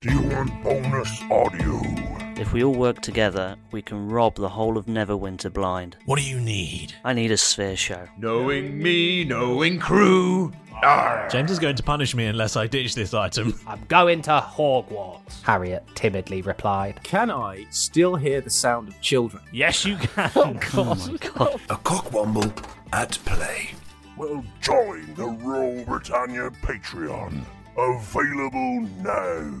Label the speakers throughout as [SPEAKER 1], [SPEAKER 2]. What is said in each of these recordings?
[SPEAKER 1] Do you want bonus audio?
[SPEAKER 2] If we all work together, we can rob the whole of Neverwinter blind.
[SPEAKER 3] What do you need?
[SPEAKER 2] I need a sphere show.
[SPEAKER 1] Knowing me, knowing crew. Arr.
[SPEAKER 3] James is going to punish me unless I ditch this item.
[SPEAKER 4] I'm going to Hogwarts.
[SPEAKER 5] Harriet timidly replied.
[SPEAKER 6] Can I still hear the sound of children?
[SPEAKER 4] Yes, you can. Oh, God.
[SPEAKER 7] A cockwomble at play.
[SPEAKER 1] Well, join the Royal Britannia Patreon. Available now.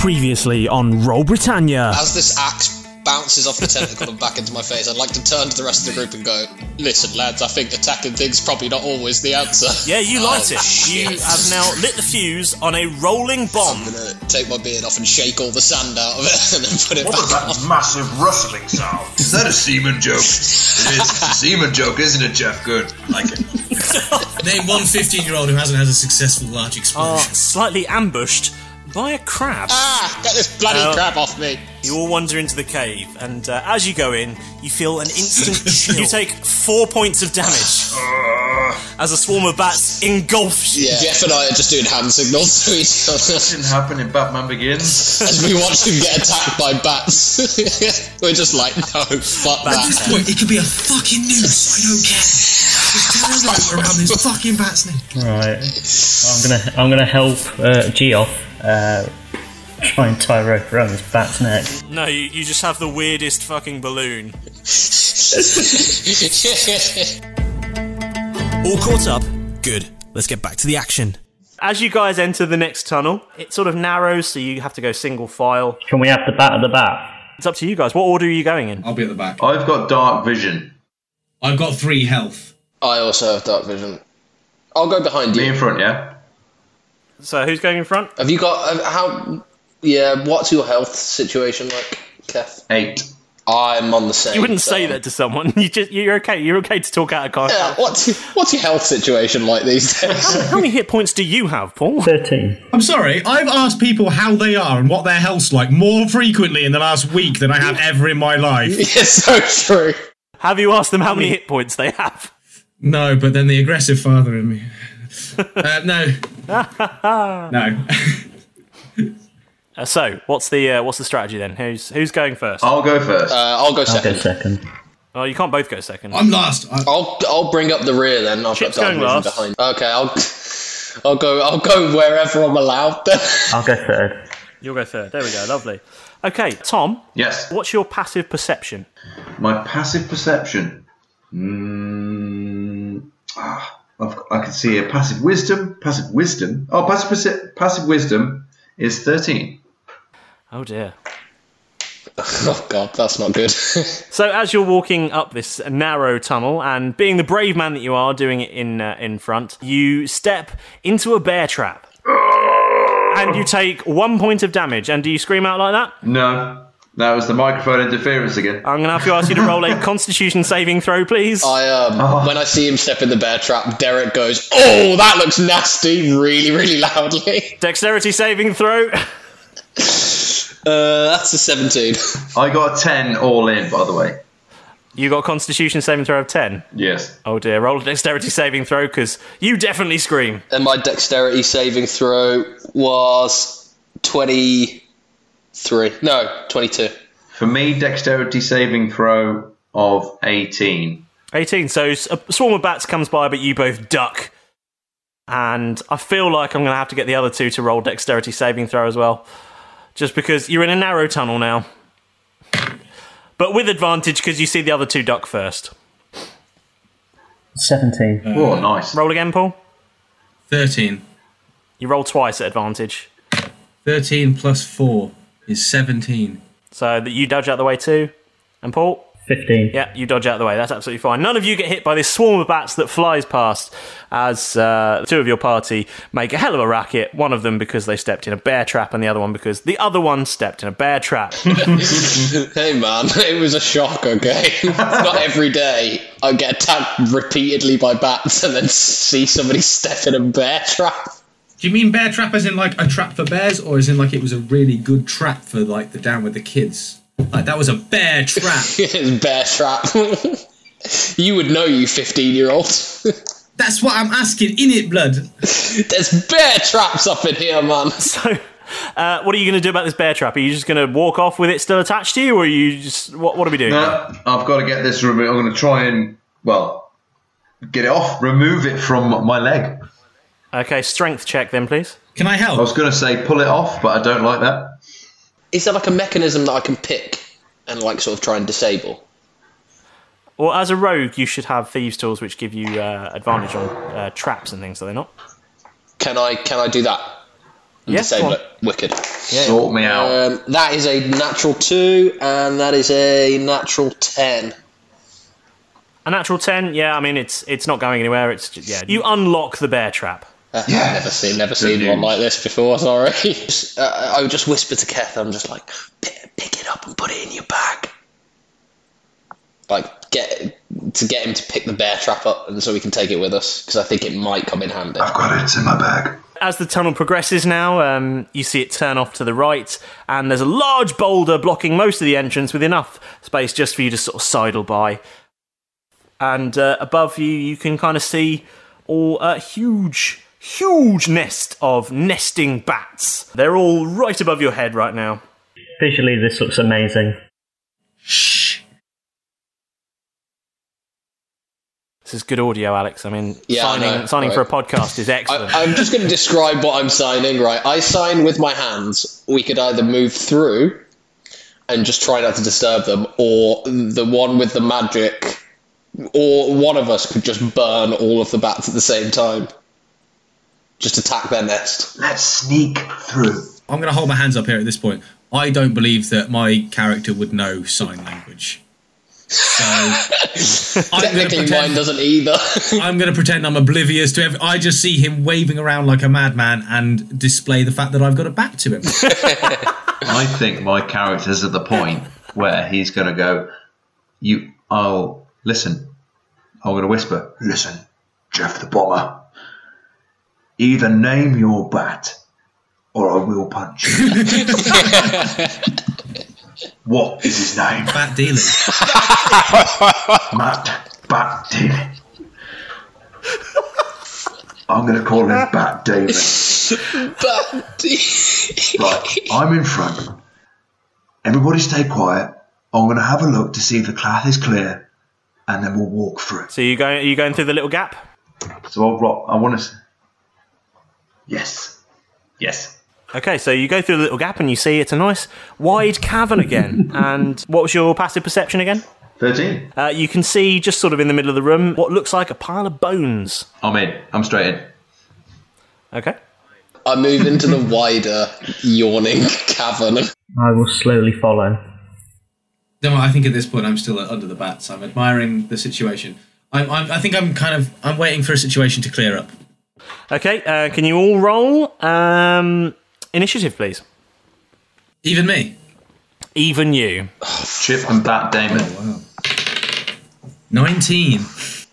[SPEAKER 3] Previously on Roll Britannia.
[SPEAKER 8] As this axe bounces off the tentacle and back into my face, I'd like to turn to the rest of the group and go, listen, lads, I think attacking things probably not always the answer.
[SPEAKER 3] Yeah, you light
[SPEAKER 8] Oh,
[SPEAKER 3] it.
[SPEAKER 8] shit.
[SPEAKER 3] You have now lit the fuse on a
[SPEAKER 8] I'm
[SPEAKER 3] rolling bomb.
[SPEAKER 8] gonna take my beard off and shake all the sand out of it and then put it
[SPEAKER 1] What was
[SPEAKER 8] back
[SPEAKER 1] that
[SPEAKER 8] on.
[SPEAKER 1] massive rustling sound?
[SPEAKER 9] Is that a semen joke? It is. It's a semen joke, isn't it, Jeff? Good. Like it.
[SPEAKER 10] Name one 15 year old who hasn't had a successful large
[SPEAKER 3] Are
[SPEAKER 10] explosion.
[SPEAKER 3] slightly ambushed by a crab.
[SPEAKER 8] Ah, get this bloody
[SPEAKER 3] Oh.
[SPEAKER 8] crab off me.
[SPEAKER 3] You all wander into the cave, and uh, as you go in, you feel an instant chill. You take four points of damage
[SPEAKER 10] Ah.
[SPEAKER 3] as a swarm of bats engulfs you.
[SPEAKER 8] Yeah. Jeff and I are just doing hand signals to each other
[SPEAKER 9] Didn't happen in Batman Begins.
[SPEAKER 8] as we watch him get attacked by bats. We're just like, no, fuck
[SPEAKER 10] At this
[SPEAKER 8] that.
[SPEAKER 10] point, it could be a fucking noose. I don't care. Just tie a rope around this fucking bat's neck.
[SPEAKER 11] Right. I'm gonna I'm gonna help uh, Geoff uh, try and tie a rope around this bat's neck.
[SPEAKER 3] No, you, you just have the weirdest fucking balloon.
[SPEAKER 8] All
[SPEAKER 3] All caught up.
[SPEAKER 10] Good. Let's get back to the action.
[SPEAKER 3] As you guys enter the next tunnel, it sort of narrows, so you have to go single file.
[SPEAKER 11] Can we have the bat at the bat?
[SPEAKER 3] It's up to you guys. What order are you going in?
[SPEAKER 10] I'll be at the back.
[SPEAKER 9] I've got dark vision.
[SPEAKER 10] I've got three health.
[SPEAKER 8] I also have dark vision. I'll go behind
[SPEAKER 9] Me in
[SPEAKER 8] you.
[SPEAKER 9] front, yeah?
[SPEAKER 3] So who's going in front?
[SPEAKER 8] Have you got uh, how? Yeah, what's your health situation like, Kef?
[SPEAKER 9] Eight. Ah.
[SPEAKER 8] I'm on the same.
[SPEAKER 3] You wouldn't
[SPEAKER 8] so-
[SPEAKER 3] say that to someone. You just you're okay. You're okay to talk out of context.
[SPEAKER 8] Yeah, what's your, what's your health situation like these days?
[SPEAKER 3] How many hit points do you have, Paul?
[SPEAKER 11] Thirteen.
[SPEAKER 10] I'm sorry, I've asked people how they are and what their health's like more frequently in the last week than I have ever in my life.
[SPEAKER 8] it's so true.
[SPEAKER 3] Have you asked them how many hit points they have?
[SPEAKER 10] No, but then the aggressive father in me. Uh, no. no.
[SPEAKER 3] Uh, so what's the uh, what's the strategy then? Who's who's going first?
[SPEAKER 9] I'll go first.
[SPEAKER 8] Uh, I'll go
[SPEAKER 11] I'll go
[SPEAKER 8] second.
[SPEAKER 11] second.
[SPEAKER 3] Oh, you can't both go second.
[SPEAKER 10] I'm last. I-
[SPEAKER 8] I'll I'll bring up the rear then. I've
[SPEAKER 3] Chip's
[SPEAKER 8] got
[SPEAKER 3] going
[SPEAKER 8] dark vision behind.
[SPEAKER 3] last.
[SPEAKER 8] Okay, I'll I'll go I'll go wherever I'm allowed. Then.
[SPEAKER 11] I'll go third.
[SPEAKER 3] You'll go third. There we go. Lovely. Okay, Tom.
[SPEAKER 9] Yes.
[SPEAKER 3] What's your passive perception?
[SPEAKER 9] My passive perception. Mm, ah, I've, I can see a passive wisdom. Passive wisdom. Oh, passive perce- passive wisdom is thirteen.
[SPEAKER 3] Oh dear.
[SPEAKER 8] oh god, that's not good.
[SPEAKER 3] So as you're walking up this narrow tunnel and being the brave man that you are, doing it in uh, in front, you step into a bear trap. And you take one point of damage. And do you scream out like that?
[SPEAKER 9] No. That was the microphone interference again.
[SPEAKER 3] I'm going to have to ask you to roll a Constitution saving throw, please.
[SPEAKER 8] I um,
[SPEAKER 9] Oh.
[SPEAKER 8] when I see him step in the bear trap, Derek goes, "Oh, that looks nasty!" Really, really loudly.
[SPEAKER 3] Dexterity saving throw.
[SPEAKER 8] Uh, that's a 17.
[SPEAKER 9] I got a 10 all in, by the way.
[SPEAKER 3] You got a Constitution saving throw of 10.
[SPEAKER 9] Yes.
[SPEAKER 3] Oh dear, roll a Dexterity saving throw because you definitely scream.
[SPEAKER 8] And my dexterity saving throw was 23. No, 22.
[SPEAKER 9] For me, dexterity saving throw of 18.
[SPEAKER 3] 18. So s- a swarm of bats comes by, but you both duck. And I feel like I'm going to have to get the other two to roll dexterity saving throw as well. Just because you're in a narrow tunnel now. But with advantage because you see the other two duck first.
[SPEAKER 11] 17.
[SPEAKER 9] Oh, nice.
[SPEAKER 3] Roll again, Paul.
[SPEAKER 12] 13.
[SPEAKER 3] You roll twice at advantage.
[SPEAKER 12] 13 plus 4 is 17.
[SPEAKER 3] So that you dodge out the way too. And Paul?
[SPEAKER 11] 15.
[SPEAKER 3] Yeah, you dodge out the way. That's absolutely fine. None of you get hit by this swarm of bats that flies past as uh, the two of your party make a hell of a racket. One of them because they stepped in a bear trap, and the other one because the other one stepped in a bear trap.
[SPEAKER 8] hey man, it was a shock, okay? It's Not every day I get attacked repeatedly by bats and then see somebody step in a bear trap.
[SPEAKER 12] Do you mean bear trap as in like a trap for bears, or as in like it was a really good trap for like the down with the kids? Like that was a bear trap.
[SPEAKER 8] it's bear trap. you would know, you 15 year old.
[SPEAKER 12] That's what I'm asking, in it, blood.
[SPEAKER 8] There's bear traps up in here, man.
[SPEAKER 3] So, uh, what are you going to do about this bear trap? Are you just going to walk off with it still attached to you, or are you just what? What are we doing?
[SPEAKER 9] No, I've got to get this removed. I'm going to try and, well, get it off, remove it from my leg.
[SPEAKER 3] Okay, strength check then, please.
[SPEAKER 12] Can I help?
[SPEAKER 9] I was going to say pull it off, but I don't like that.
[SPEAKER 8] Is there like a mechanism that I can pick and like sort of try and disable?
[SPEAKER 3] Well, as a rogue, you should have thieves' tools, which give you uh, advantage on uh, traps and things. Are they not?
[SPEAKER 8] Can I can I do that? And
[SPEAKER 3] Yeah,
[SPEAKER 8] disable
[SPEAKER 3] go on.
[SPEAKER 8] it. Wicked.
[SPEAKER 9] Sort me out.
[SPEAKER 8] Um, that is a natural two, and that is a natural ten.
[SPEAKER 3] A natural ten. Yeah, I mean it's it's not going anywhere. It's ju- yeah. You unlock the bear trap.
[SPEAKER 8] yeah, Uh, never seen never seen one like this before. Sorry. uh, I would just whisper to Keth. I'm just like, pick, pick it up and put it in your bag. Like get to get him to pick the bear trap up, and so we can take it with us because I think it might come in handy. I've
[SPEAKER 9] got it. It's in my bag.
[SPEAKER 3] As the tunnel progresses now, um, you see it turn off to the right, and there's a large boulder blocking most of the entrance with enough space just for you to sort of sidle by. And uh, above you, you can kind of see all a huge, huge nest of nesting bats. They're all right above your head right now.
[SPEAKER 11] Visually, this looks amazing.
[SPEAKER 3] This is good audio, Alex. I mean,
[SPEAKER 8] Yeah, I
[SPEAKER 3] signing,
[SPEAKER 8] know,
[SPEAKER 3] signing
[SPEAKER 8] right.
[SPEAKER 3] for a podcast is excellent.
[SPEAKER 8] I, I'm just going to describe what I'm signing, right? I sign with my hands. We could either move through and just try not to disturb them, or the one with the magic, or one of us could just burn all of the bats at the same time. Just attack their nest.
[SPEAKER 9] Let's sneak through.
[SPEAKER 12] I'm going to hold my hands up here at this point. I don't believe that my character would know sign language. So
[SPEAKER 8] Technically, mine doesn't either.
[SPEAKER 12] I'm going to pretend I'm oblivious to every. I just see him waving around like a madman and display the fact that I've got a bat to him.
[SPEAKER 9] I think my character's at the point where he's going to go, You, I'll listen. I'm going to whisper, Listen, Jeff the Bomber. Either name your bat or I will punch you. what is his name?
[SPEAKER 12] Bat Dealing.
[SPEAKER 9] Matt Bat Dealing. I'm going to call him Bat David.
[SPEAKER 8] but
[SPEAKER 9] Right, I'm in front. Everybody stay quiet. I'm going to have a look to see if the cloth is clear, and then we'll walk through.
[SPEAKER 3] So you going? Are you going through the little gap?
[SPEAKER 9] So I'll rock. I want to. Yes. Yes.
[SPEAKER 3] Okay, so you go through the little gap and you see it's a nice wide cavern again. and what was your passive perception again?
[SPEAKER 9] 13.
[SPEAKER 3] Uh, you can see just sort of in the middle of the room what looks like a pile of bones.
[SPEAKER 9] I'm in. I'm straight in.
[SPEAKER 3] Okay.
[SPEAKER 8] I move into the wider, yawning cavern.
[SPEAKER 11] I will slowly follow.
[SPEAKER 12] No, I think at this point I'm still under the bats. I'm admiring the situation. I'm, I'm, I think I'm kind of. I'm waiting for a situation to clear up.
[SPEAKER 3] Okay, uh, can you all roll um, initiative, please?
[SPEAKER 12] Even me.
[SPEAKER 3] Even you.
[SPEAKER 9] Chip and Bat Damon.
[SPEAKER 12] 19.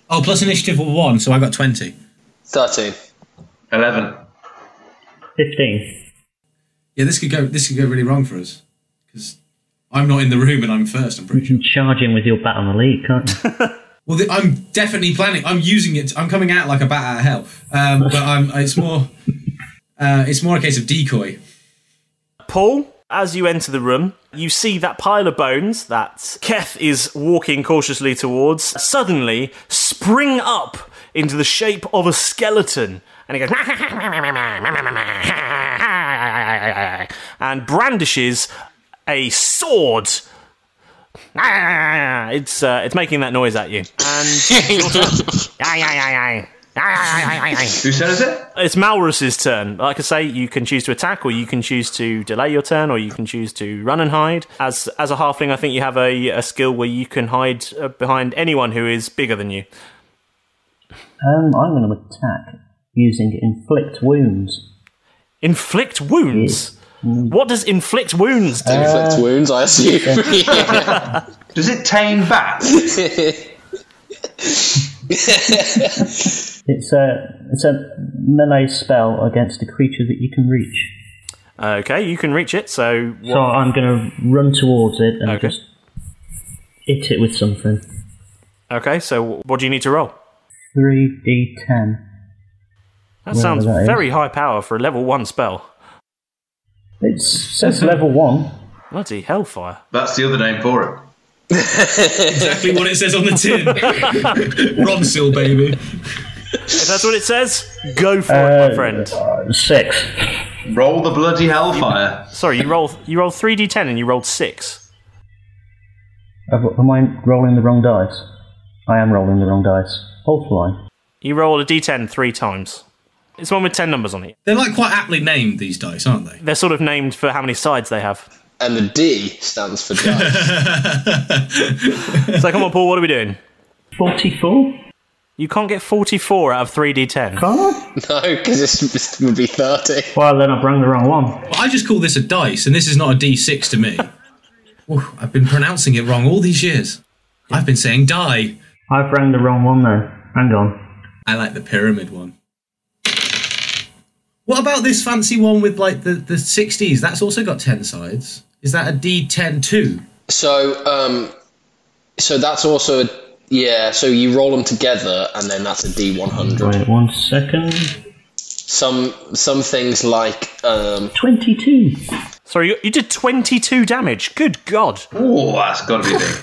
[SPEAKER 12] Oh, plus initiative of 1, so I got 20.
[SPEAKER 8] 13.
[SPEAKER 9] 11.
[SPEAKER 11] 15.
[SPEAKER 12] Yeah, this could go This could go really wrong for us. Because I'm not in the room and I'm first, I'm pretty sure.
[SPEAKER 11] You can charge in with your bat on the lead, can't you?
[SPEAKER 12] Well, th- I'm definitely planning. I'm using it. I'm coming out like a bat out of hell. Um, but I'm, it's more. Uh, it's more a case of decoy.
[SPEAKER 3] Paul, as you enter the room, you see that pile of bones that Keth is walking cautiously towards suddenly spring up into the shape of a skeleton. And he goes, and brandishes a sword. It's, uh, it's making that noise at you. And.
[SPEAKER 9] Who says it?
[SPEAKER 3] It's Malrus's turn. Like I say, you can choose to attack, or you can choose to delay your turn, or you can choose to run and hide. As as a halfling, I think you have a, a skill where you can hide uh, behind anyone who is bigger than you.
[SPEAKER 11] Um, I'm going to attack using inflict wounds. Mm.
[SPEAKER 3] Inflict wounds. What does inflict wounds do?
[SPEAKER 8] Inflict
[SPEAKER 11] Uh,
[SPEAKER 8] wounds, I assume.
[SPEAKER 9] Does it tame bats?
[SPEAKER 11] It's a it's a melee spell against a creature that you can reach.
[SPEAKER 3] Okay, you can reach it. So
[SPEAKER 11] So I'm going to run towards it and just hit it with something.
[SPEAKER 3] okay. So what do you need to roll?
[SPEAKER 11] Three d ten.
[SPEAKER 3] That sounds
[SPEAKER 11] Whatever that is.
[SPEAKER 3] very high power for a level one spell.
[SPEAKER 11] It says level one.
[SPEAKER 3] Bloody hellfire!
[SPEAKER 9] That's the other name for it.
[SPEAKER 12] exactly what it says on the tin. Ronsil, baby.
[SPEAKER 3] If that's what it says, go for it, my friend.
[SPEAKER 11] six.
[SPEAKER 9] Roll the bloody hellfire.
[SPEAKER 3] Sorry, you roll you roll three d ten and you rolled six.
[SPEAKER 11] Have- Am I rolling the wrong dice? I am rolling the wrong dice. Hold the line.
[SPEAKER 3] You roll a d10 three times. It's one with ten numbers on it.
[SPEAKER 12] They're like quite aptly named these dice, aren't they?
[SPEAKER 3] They're sort of named for how many sides they have.
[SPEAKER 8] and the D stands for dice.
[SPEAKER 3] It's like, come on, Paul, what are we doing?
[SPEAKER 11] Forty-four.
[SPEAKER 3] You can't get forty-four out of three d10.
[SPEAKER 8] no, because this would be 30.
[SPEAKER 11] Well, then I've rung the wrong one.
[SPEAKER 12] Well, I just call this a dice, and this is not a D6 to me. Ooh, I've been pronouncing it wrong all these years. I've been saying die.
[SPEAKER 11] I've rang the wrong one then. Hang on.
[SPEAKER 12] I like the pyramid one. What about this fancy one with like the, the 60s? That's also got 10 sides. Is that a D10 too?
[SPEAKER 8] So, um, so that's also a, yeah. So you roll them together, and then that's a D100.
[SPEAKER 11] Wait one second.
[SPEAKER 8] Some some things like um,
[SPEAKER 11] Twenty-two.
[SPEAKER 3] Sorry, you, you did twenty-two damage. Good God!
[SPEAKER 9] Oh, that's got to be big.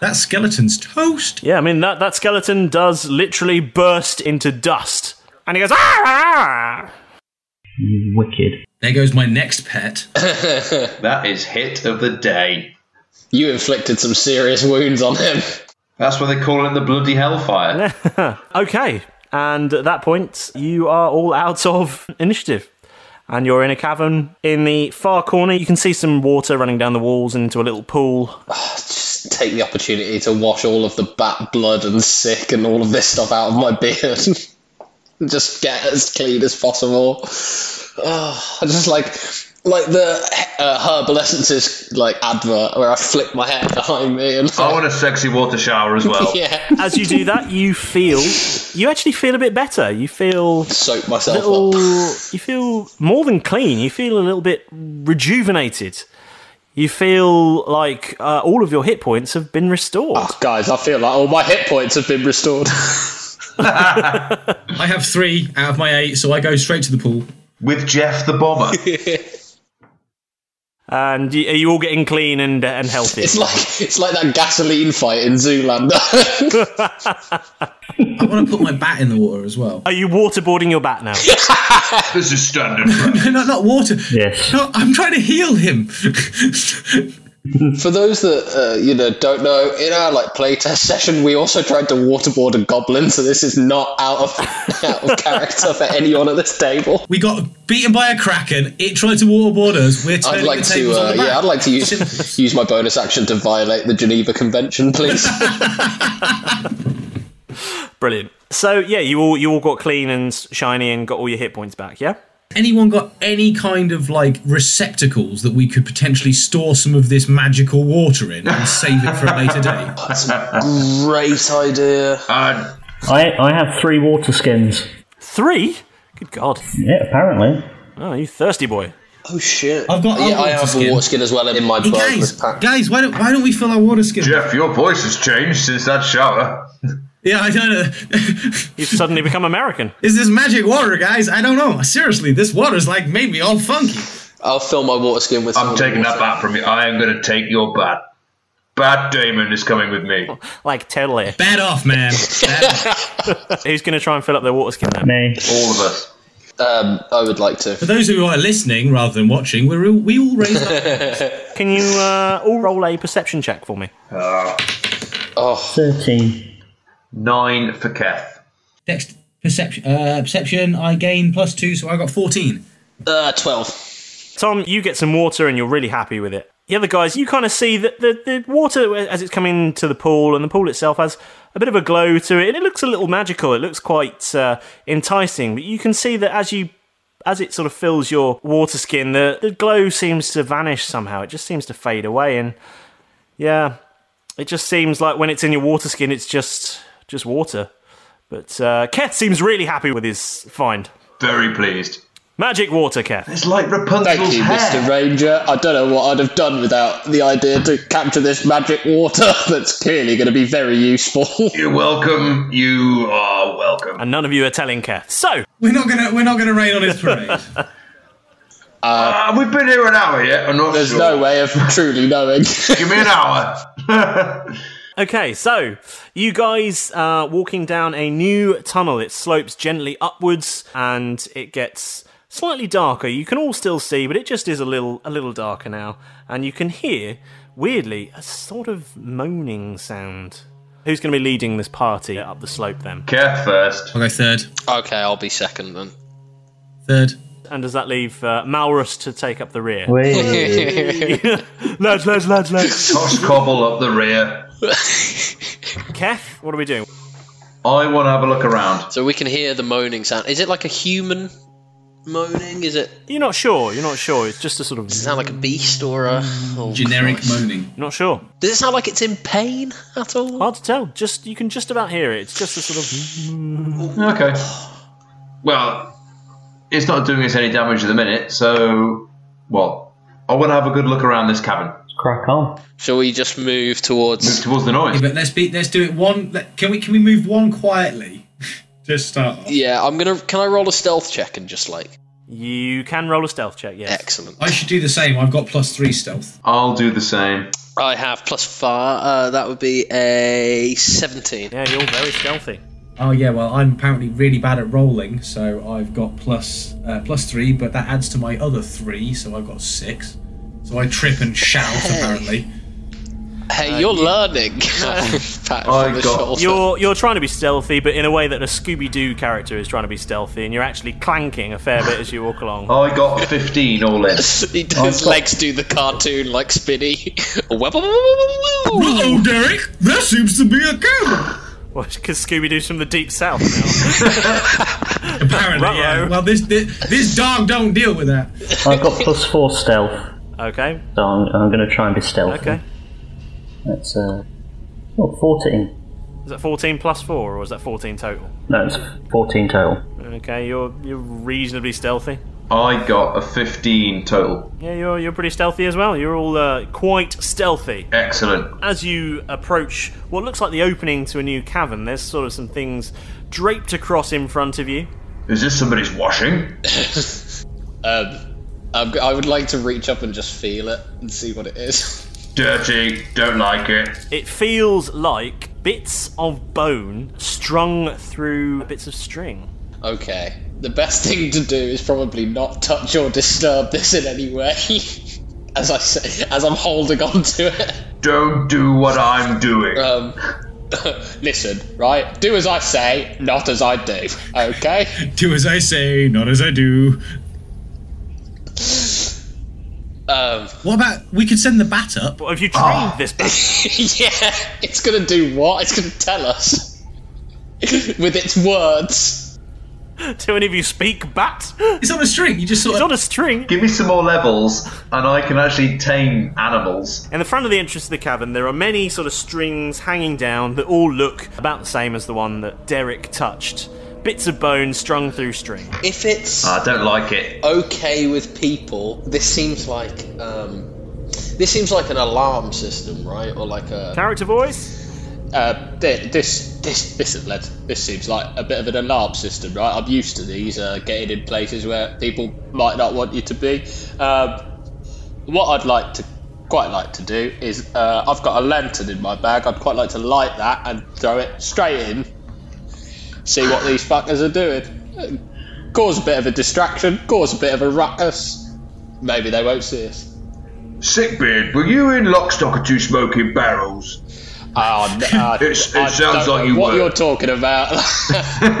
[SPEAKER 12] That skeleton's toast.
[SPEAKER 3] Yeah, I mean that that skeleton does literally burst into dust, and he goes ah, ah, ah."
[SPEAKER 11] You wicked.
[SPEAKER 12] There goes my next pet.
[SPEAKER 9] That is hit of the day.
[SPEAKER 8] you inflicted some serious wounds on him.
[SPEAKER 9] That's why they call it the bloody hellfire.
[SPEAKER 3] Okay, and at that point, you are all out of initiative. And you're in a cavern. In the far corner, you can see some water running down the walls and into a little pool.
[SPEAKER 8] Just take the opportunity to wash all of the bat blood and sick and all of this stuff out of my beard. just get as clean as possible. Oh, I just like like the uh, herbal essences like advert where I flick my hair behind me and
[SPEAKER 9] I want a sexy water shower as well.
[SPEAKER 8] yeah,
[SPEAKER 3] As you do that, you feel you actually feel a bit better. You feel
[SPEAKER 8] soak
[SPEAKER 3] a
[SPEAKER 8] myself
[SPEAKER 3] little.
[SPEAKER 8] up.
[SPEAKER 3] You feel more than clean. You feel a little bit rejuvenated. You feel like uh, all of your hit points have been restored.
[SPEAKER 8] Ah, Guys, I feel like all my hit points have been restored.
[SPEAKER 12] I have three out of my eight, so I go straight to the pool.
[SPEAKER 9] With Jeff the bomber.
[SPEAKER 3] And you, are you all getting clean and and healthy?
[SPEAKER 8] it's like it's like that gasoline fight in Zoolander.
[SPEAKER 12] I want to put my bat in the water as well.
[SPEAKER 3] Are you waterboarding your bat now?
[SPEAKER 9] this is standard. practice.
[SPEAKER 12] No, not water.
[SPEAKER 11] Yes.
[SPEAKER 12] No, I'm trying to heal him.
[SPEAKER 8] For those that uh, you know don't know, in our like playtest session, we also tried to waterboard a goblin, so this is not out of out of character for anyone at this table.
[SPEAKER 12] we got beaten by a kraken. It tried to waterboard us. We're turning
[SPEAKER 8] I'd like
[SPEAKER 12] the
[SPEAKER 8] to,
[SPEAKER 12] tables on
[SPEAKER 8] uh,
[SPEAKER 12] the back.
[SPEAKER 8] yeah, I'd like to use use my bonus action to violate the Geneva Convention, please.
[SPEAKER 3] Brilliant. So yeah, you all you all got clean and s- shiny and got all your hit points back. Yeah.
[SPEAKER 12] anyone got any kind of like receptacles that we could potentially store some of this magical water in and save it for a later day?
[SPEAKER 8] That's a great idea.
[SPEAKER 9] Uh,
[SPEAKER 11] I, I have three water skins.
[SPEAKER 3] Three? Good God.
[SPEAKER 11] Yeah, apparently.
[SPEAKER 3] Oh, you thirsty boy.
[SPEAKER 8] Oh shit!
[SPEAKER 12] I've got our
[SPEAKER 8] yeah, I
[SPEAKER 12] water
[SPEAKER 8] have
[SPEAKER 12] skin.
[SPEAKER 8] a water skin as well in my
[SPEAKER 12] Hey, guys, guys, why don't why don't we fill our water skin?
[SPEAKER 9] Jeff, your voice has changed since that shower.
[SPEAKER 12] Yeah, I don't know.
[SPEAKER 3] You've suddenly become American.
[SPEAKER 12] Is this magic water, guys? I don't know. Seriously, this water's like made me all funky.
[SPEAKER 8] I'll fill my water skin with.
[SPEAKER 9] I'm taking that bat from you. I am going to take your bat. Bat Damon is coming with me.
[SPEAKER 3] Like, totally.
[SPEAKER 12] Bad off, man.
[SPEAKER 3] Who's going to try and fill up their water skin now?
[SPEAKER 11] Me.
[SPEAKER 9] All of us.
[SPEAKER 8] Um, I would like to.
[SPEAKER 12] For those who are listening rather than watching, we're all, we all raise our
[SPEAKER 3] Can you uh, all roll a perception check for me?
[SPEAKER 9] Uh,
[SPEAKER 8] oh.
[SPEAKER 11] 13.
[SPEAKER 9] Nine for Keth.
[SPEAKER 12] Next perception. Uh, perception. I gain plus two, so I got fourteen.
[SPEAKER 8] Uh, twelve.
[SPEAKER 3] Tom, you get some water and you're really happy with it. The other guys, you kind of see that the, the water as it's coming to the pool, and the pool itself has a bit of a glow to it, and it looks a little magical. It looks quite uh, enticing, but you can see that as you as it sort of fills your water skin, the, the glow seems to vanish somehow. It just seems to fade away, and yeah, it just seems like when it's in your water skin, it's just just water. But uh, Keth seems really happy with his find.
[SPEAKER 9] Very pleased.
[SPEAKER 3] Magic water, Keth.
[SPEAKER 9] It's like Rapunzel's
[SPEAKER 8] Thank you,
[SPEAKER 9] hair.
[SPEAKER 8] Mr. Ranger. I don't know what I'd have done without the idea to capture this magic water that's clearly going to be very useful.
[SPEAKER 9] You're welcome. You are welcome.
[SPEAKER 3] And none of you are telling Keth. So
[SPEAKER 12] We're not gonna we're not gonna rain on his parade.
[SPEAKER 9] Uh, we've been here an hour yet. I'm not
[SPEAKER 8] There's
[SPEAKER 9] sure.
[SPEAKER 8] no way of truly knowing.
[SPEAKER 9] Give me an hour.
[SPEAKER 3] Okay, so you guys are walking down a new tunnel. It slopes gently upwards and it gets slightly darker. You can all still see, but it just is a little a little darker now. And you can hear, weirdly, a sort of moaning sound. Who's going to be leading this party up the slope then?
[SPEAKER 9] Keth first.
[SPEAKER 12] Okay, third.
[SPEAKER 8] okay, I'll be second then.
[SPEAKER 12] Third.
[SPEAKER 3] And does that leave uh, Malrus to take up the rear?
[SPEAKER 9] lads, lads, lads, lads. Toss cobble up the rear.
[SPEAKER 3] Keth, what are we doing?
[SPEAKER 9] I want to have a look around.
[SPEAKER 8] So we can hear the moaning sound. Is it like a human moaning? Is it?
[SPEAKER 3] You're not sure. You're not sure. It's just a sort of.
[SPEAKER 8] Does it sound like a beast or a
[SPEAKER 9] Mm,
[SPEAKER 8] oh,
[SPEAKER 12] Generic
[SPEAKER 8] Christ.
[SPEAKER 12] moaning.
[SPEAKER 3] Not sure.
[SPEAKER 8] Does it sound like it's in pain at all?
[SPEAKER 3] Hard to tell. Just you can just about hear it. It's just a sort of.
[SPEAKER 9] Okay. Well, it's not doing us any damage at the minute, so. Well, I want to have a good look around this cabin.
[SPEAKER 11] Crack on.
[SPEAKER 8] Shall we just move
[SPEAKER 9] Move
[SPEAKER 8] towards?
[SPEAKER 9] towards the noise.
[SPEAKER 12] Yeah, but let's be let's do it one. Let, can we can we move one quietly? Just start. Off.
[SPEAKER 8] Yeah, I'm gonna. Can I roll a stealth check and just like
[SPEAKER 3] You can roll a stealth check. Yes.
[SPEAKER 8] excellent?
[SPEAKER 12] I should do the same. I've got plus three stealth.
[SPEAKER 9] I'll do the same.
[SPEAKER 8] I have plus five. Uh, that would be a seventeen.
[SPEAKER 3] Yeah, you're very stealthy.
[SPEAKER 12] Oh yeah, well I'm apparently really bad at rolling, so I've got plus uh, plus three, but that adds to my other three, so I've got six. So I trip and shout apparently.
[SPEAKER 8] Hey, you're learning. Pat on the
[SPEAKER 9] got-
[SPEAKER 8] shoulder.
[SPEAKER 3] Uh, You're you're trying to be stealthy, but in a way that a Scooby Doo character is trying to be stealthy, and you're actually clanking a fair bit as you walk along.
[SPEAKER 9] I got 15 all in.
[SPEAKER 8] He does legs do the cartoon like spinny.
[SPEAKER 12] Oh, Derek, that seems to be a camera.
[SPEAKER 3] Because Scooby Doo's from the deep south now.
[SPEAKER 12] Apparently, yeah. Well, this, this this dog don't deal with that.
[SPEAKER 11] I've got plus four stealth,
[SPEAKER 3] okay,
[SPEAKER 11] so I'm, I'm going to try and be stealthy.
[SPEAKER 3] okay.
[SPEAKER 11] That's uh, oh, 14.
[SPEAKER 3] Is that 14 plus four, or is that 14 total?
[SPEAKER 11] No, it's 14 total.
[SPEAKER 3] Okay, you're you're reasonably stealthy.
[SPEAKER 9] I got a 15 total.
[SPEAKER 3] Yeah, you're you're pretty stealthy as well. You're all uh, quite stealthy.
[SPEAKER 9] Excellent.
[SPEAKER 3] As you approach what looks like the opening to a new cavern, there's sort of some things draped across in front of you.
[SPEAKER 9] Is this somebody's washing?
[SPEAKER 8] um, I'm, I would like to reach up and just feel it and see what it is.
[SPEAKER 9] Dirty. Don't like it.
[SPEAKER 3] It feels like bits of bone strung through bits of string.
[SPEAKER 8] Okay. The best thing to do is probably not touch or disturb this in any way. as I say, as I'm holding on to it.
[SPEAKER 9] Don't do what I'm doing.
[SPEAKER 8] Um, listen, right? Do as I say, not as I do. Okay.
[SPEAKER 10] Do as I say, not as I do.
[SPEAKER 8] Um,
[SPEAKER 12] What about we could send the bat up?
[SPEAKER 3] What have you trained this bat?
[SPEAKER 8] yeah. It's gonna do what? It's gonna tell us with its words.
[SPEAKER 3] Do any of you speak bat?
[SPEAKER 12] It's on a string. You just sort
[SPEAKER 3] it's on a string.
[SPEAKER 9] Give me some more levels, and I can actually tame animals.
[SPEAKER 3] In the front of the entrance to the cavern, there are many sort of strings hanging down that all look about the same as the one that Derek touched. Bits of bone strung through string.
[SPEAKER 8] If it's
[SPEAKER 9] I Ah, don't like it.
[SPEAKER 8] okay with people, this seems like um, this seems like an alarm system, right? Or like a
[SPEAKER 3] character voice.
[SPEAKER 8] Uh, thi- this this this is led. This seems like a bit of an alarm system, right? I'm used to these uh, getting in places where people might not want you to be. Um, what I'd like to quite like to do is uh, I've got a lantern in my bag. I'd quite like to light that and throw it straight in. See what these fuckers are doing. Cause a bit of a distraction. Cause a bit of a ruckus. Maybe they won't see us.
[SPEAKER 7] Sickbeard, were you in Lockstock or Two Smoking Barrels?
[SPEAKER 8] Oh, no, I-
[SPEAKER 7] It's- it
[SPEAKER 8] I
[SPEAKER 7] sounds
[SPEAKER 8] don't know
[SPEAKER 7] like you
[SPEAKER 8] what
[SPEAKER 7] were.
[SPEAKER 8] you're talking about.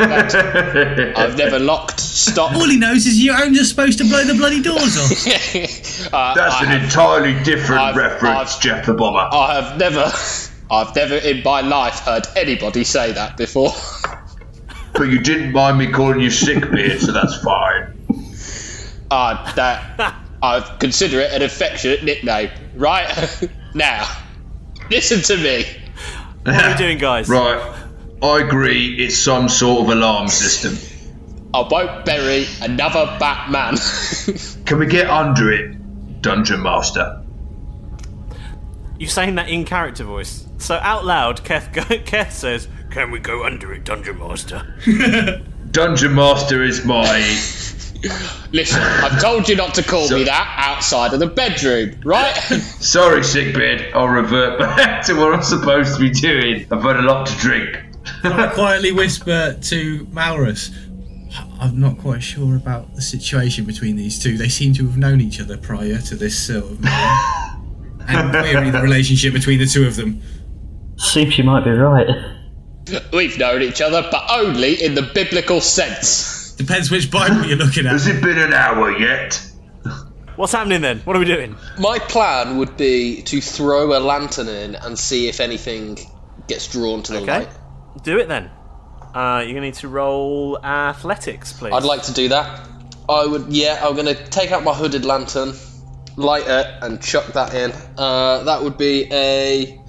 [SPEAKER 8] I've never locked stop.
[SPEAKER 12] All he knows is your own are supposed to blow the bloody doors off.
[SPEAKER 8] Uh,
[SPEAKER 7] That's
[SPEAKER 8] I
[SPEAKER 7] an
[SPEAKER 8] have-
[SPEAKER 7] entirely different
[SPEAKER 8] I've-
[SPEAKER 7] reference, Jeff the Bomber.
[SPEAKER 8] I have never, I've never in my life heard anybody say that before.
[SPEAKER 7] But you didn't mind me calling you Sickbeard, so that's fine.
[SPEAKER 8] Uh, that I consider it an affectionate nickname. Right now, listen to me.
[SPEAKER 3] What are we doing, guys?
[SPEAKER 7] Right, I agree, it's some sort of alarm system.
[SPEAKER 8] I won't bury another Batman.
[SPEAKER 7] Can we get under it, Dungeon Master?
[SPEAKER 3] You're saying that in character voice. So out loud, Keth, go, Keth says, Can we go under it, Dungeon Master?
[SPEAKER 7] Dungeon Master is my.
[SPEAKER 8] Listen, I've told you not to call me that outside of the bedroom, right?
[SPEAKER 7] Sorry, Sickbeard, I'll revert back to what I'm supposed to be doing. I've had a lot to drink.
[SPEAKER 12] I quietly whisper to Maurus, I'm not quite sure about the situation between these two. They seem to have known each other prior to this sort of meeting. and query the relationship between the two of them.
[SPEAKER 11] Seems you might be right.
[SPEAKER 8] We've known each other, but only in the biblical sense.
[SPEAKER 12] Depends which Bible you're looking at.
[SPEAKER 7] Has it been an hour yet?
[SPEAKER 3] What's happening then? What are we doing?
[SPEAKER 8] My plan would be to throw a lantern in and see if anything gets drawn to the
[SPEAKER 3] Okay.
[SPEAKER 8] light.
[SPEAKER 3] Do it then. Uh, you're going to need to roll athletics, please.
[SPEAKER 8] I'd like to do that. I would, yeah, I'm going to take out my hooded lantern, light it, and chuck that in. Uh, that would be a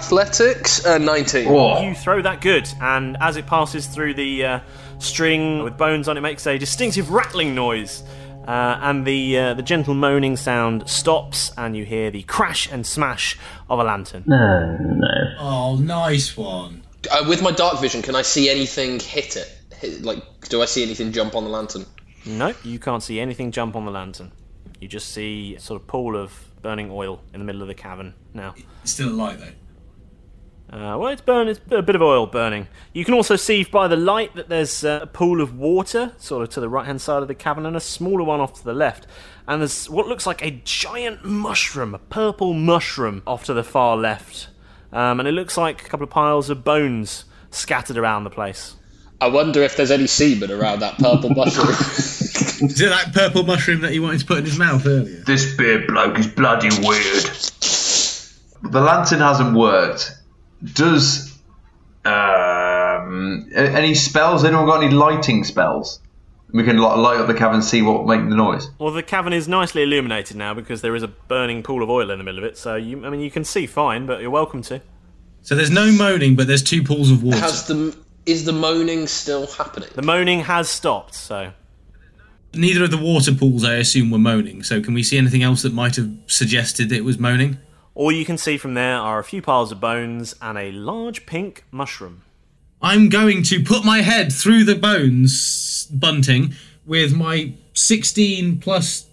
[SPEAKER 8] athletics uh, 19.
[SPEAKER 3] You throw that good, and as it passes through the uh, string with bones on it, makes a distinctive rattling noise. Uh, and the uh, the gentle moaning sound stops, and you hear the crash and smash of a lantern.
[SPEAKER 11] No, no.
[SPEAKER 12] Oh, nice one.
[SPEAKER 8] Uh, with my dark vision, can I see anything hit it? Hit, like, do I see anything jump on the lantern?
[SPEAKER 3] No, you can't see anything jump on the lantern. You just see a sort of pool of burning oil in the middle of the cavern now.
[SPEAKER 12] It's still alight though.
[SPEAKER 3] Uh, well, it's burn. It's a bit of oil burning. You can also see by the light that there's uh, a pool of water, sort of to the right-hand side of the cavern, and a smaller one off to the left. And there's what looks like a giant mushroom, a purple mushroom, off to the far left. Um, and it looks like a couple of piles of bones scattered around the place.
[SPEAKER 8] I wonder if there's any semen around that purple mushroom.
[SPEAKER 12] Is it that purple mushroom that he wanted to put in his mouth earlier?
[SPEAKER 7] This beard bloke is bloody weird.
[SPEAKER 9] The lantern hasn't worked. Does um, a- any spells? Anyone got any lighting spells? We can li- light up the cavern, and see what make the noise.
[SPEAKER 3] Well, the cavern is nicely illuminated now because there is a burning pool of oil in the middle of it. So, you, I mean, you can see fine, but you're welcome to.
[SPEAKER 12] So there's no moaning, but there's two pools of water.
[SPEAKER 8] Has the is the moaning still happening?
[SPEAKER 3] The moaning has stopped, so
[SPEAKER 12] Neither of the water pools, I assume, were moaning. So can we see anything else that might have suggested it was moaning?
[SPEAKER 3] All you can see from there are a few piles of bones and a large pink mushroom.
[SPEAKER 12] I'm going to put my head through the bones bunting with my 16 plus.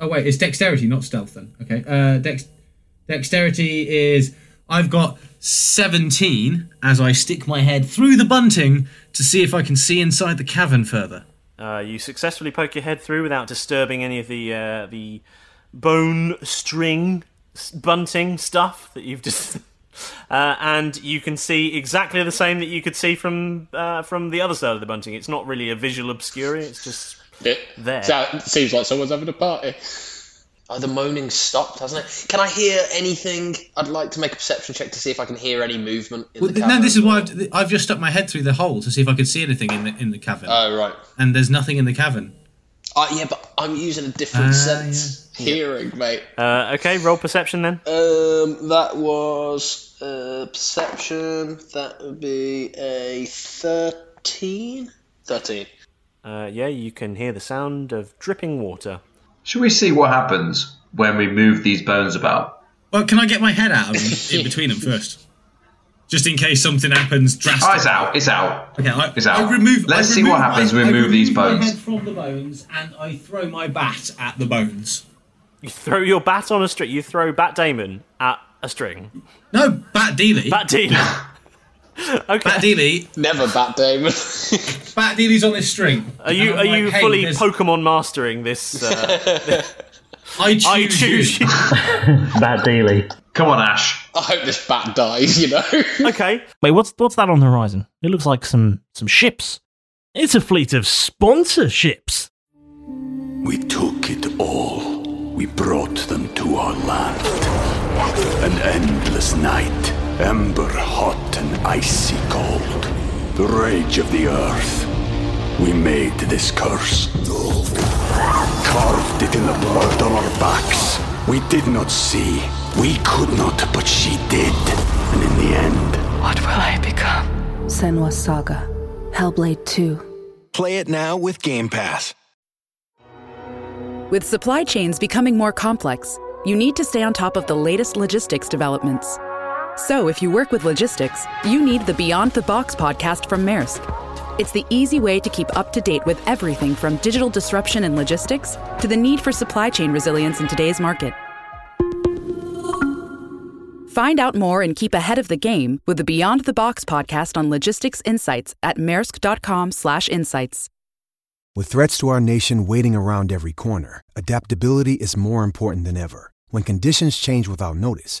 [SPEAKER 12] Oh wait, it's dexterity, not stealth. Then okay. Uh, dex dexterity is I've got 17 as I stick my head through the bunting to see if I can see inside the cavern further.
[SPEAKER 3] Uh, you successfully poke your head through without disturbing any of the uh, the bone string s- bunting stuff that you've just. Uh, and you can see exactly the same that you could see from uh, from the other side of the bunting. It's not really a visual obscura. It's just
[SPEAKER 8] It
[SPEAKER 3] there.
[SPEAKER 8] so- seems like someone's having a party. Oh, the moaning stopped, hasn't it? Can I hear anything? I'd like to make a perception check to see if I can hear any movement in
[SPEAKER 12] Well,
[SPEAKER 8] the
[SPEAKER 12] th-
[SPEAKER 8] cavern.
[SPEAKER 12] no, this is why I've, I've just stuck my head through the hole to see if I could see anything in the in the cavern.
[SPEAKER 8] Oh right.
[SPEAKER 12] and there's nothing in the cavern.
[SPEAKER 8] Uh, yeah, but I'm using a different
[SPEAKER 12] Ah,
[SPEAKER 8] sense. Hearing, mate.
[SPEAKER 3] Uh, okay, roll perception then.
[SPEAKER 8] Um, that was uh, perception. That would be a 13? 13.
[SPEAKER 3] Uh, yeah, you can hear the sound of dripping water.
[SPEAKER 9] Should we see what happens when we move these bones about?
[SPEAKER 12] Well, can I get my head out of them, in between them first, just in case something happens drastic?
[SPEAKER 9] Oh, it's out. It's out.
[SPEAKER 12] Okay, I,
[SPEAKER 9] it's out.
[SPEAKER 12] I remove.
[SPEAKER 9] Let's
[SPEAKER 12] I
[SPEAKER 9] see what
[SPEAKER 12] remove
[SPEAKER 9] happens
[SPEAKER 12] my-
[SPEAKER 9] when
[SPEAKER 12] I
[SPEAKER 9] we move these
[SPEAKER 12] remove my
[SPEAKER 9] bones.
[SPEAKER 12] head from the bones, and I throw my bat at the bones.
[SPEAKER 3] You throw your bat on a string. You throw Bat Damon at a string.
[SPEAKER 12] No, Oh, Bat Dealey.
[SPEAKER 3] Bat Dealey. okay.
[SPEAKER 12] Bat Dealey.
[SPEAKER 8] Never Bat Damon.
[SPEAKER 12] Bat Dealey's on this string.
[SPEAKER 3] Are you
[SPEAKER 12] And
[SPEAKER 3] are
[SPEAKER 12] I'm
[SPEAKER 3] you
[SPEAKER 12] like, "Hey,
[SPEAKER 3] fully
[SPEAKER 12] there's-
[SPEAKER 3] Pokemon mastering this? Uh,
[SPEAKER 12] I choose,
[SPEAKER 3] you.
[SPEAKER 11] Bat Dealey.
[SPEAKER 9] Come on, Ash.
[SPEAKER 8] I hope this bat dies, you know?
[SPEAKER 3] okay.
[SPEAKER 13] Wait, what's what's that on the horizon? It looks like some some ships. It's a fleet of sponsorships.
[SPEAKER 7] We took it all. We brought them to our land. An endless night, ember hot and icy cold. The rage of the earth. We made this curse. Carved it in the blood on our backs. We did not see. We could not, but she did. And in the end,
[SPEAKER 14] What will I become? Senwa Saga, Hellblade 2.
[SPEAKER 15] Play it now with Game Pass.
[SPEAKER 16] With supply chains becoming more complex, you need to stay on top of the latest logistics developments. So, if you work with logistics, you need the Beyond the Box podcast from Maersk. It's the easy way to keep up to date with everything from digital disruption in logistics to the need for supply chain resilience in today's market. Find out more and keep ahead of the game with the Beyond the Box podcast on logistics insights at maersk.com/insights.
[SPEAKER 17] With threats to our nation waiting around every corner, adaptability is more important than ever. When conditions change without notice,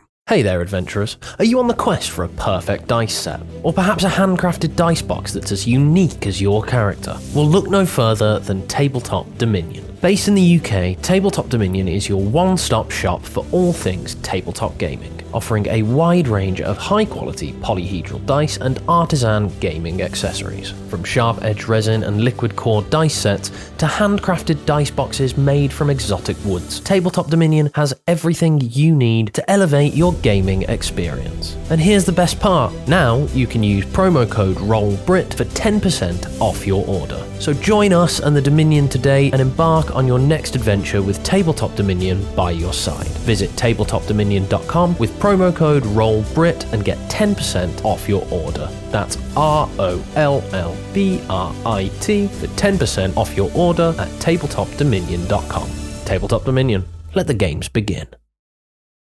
[SPEAKER 18] Hey there, adventurers. Are you on the quest for a perfect dice set? Or perhaps a handcrafted dice box that's as unique as your character? Well, look no further than Tabletop Dominion. Based in the UK, Tabletop Dominion is your one stop shop for all things tabletop gaming, offering a wide range of high quality polyhedral dice and artisan gaming accessories. From sharp edge resin and liquid core dice sets to handcrafted dice boxes made from exotic woods, Tabletop Dominion has everything you need to elevate your gaming experience. And here's the best part now you can use promo code ROLLBRIT for 10% off your order. So join us and the Dominion today and embark on your next adventure with Tabletop Dominion by your side. Visit tabletopdominion.com with promo code ROLLBRIT and get 10% off your order. That's R O L L B R I T for 10% off your order at tabletopdominion.com. Tabletop Dominion. Let the games begin.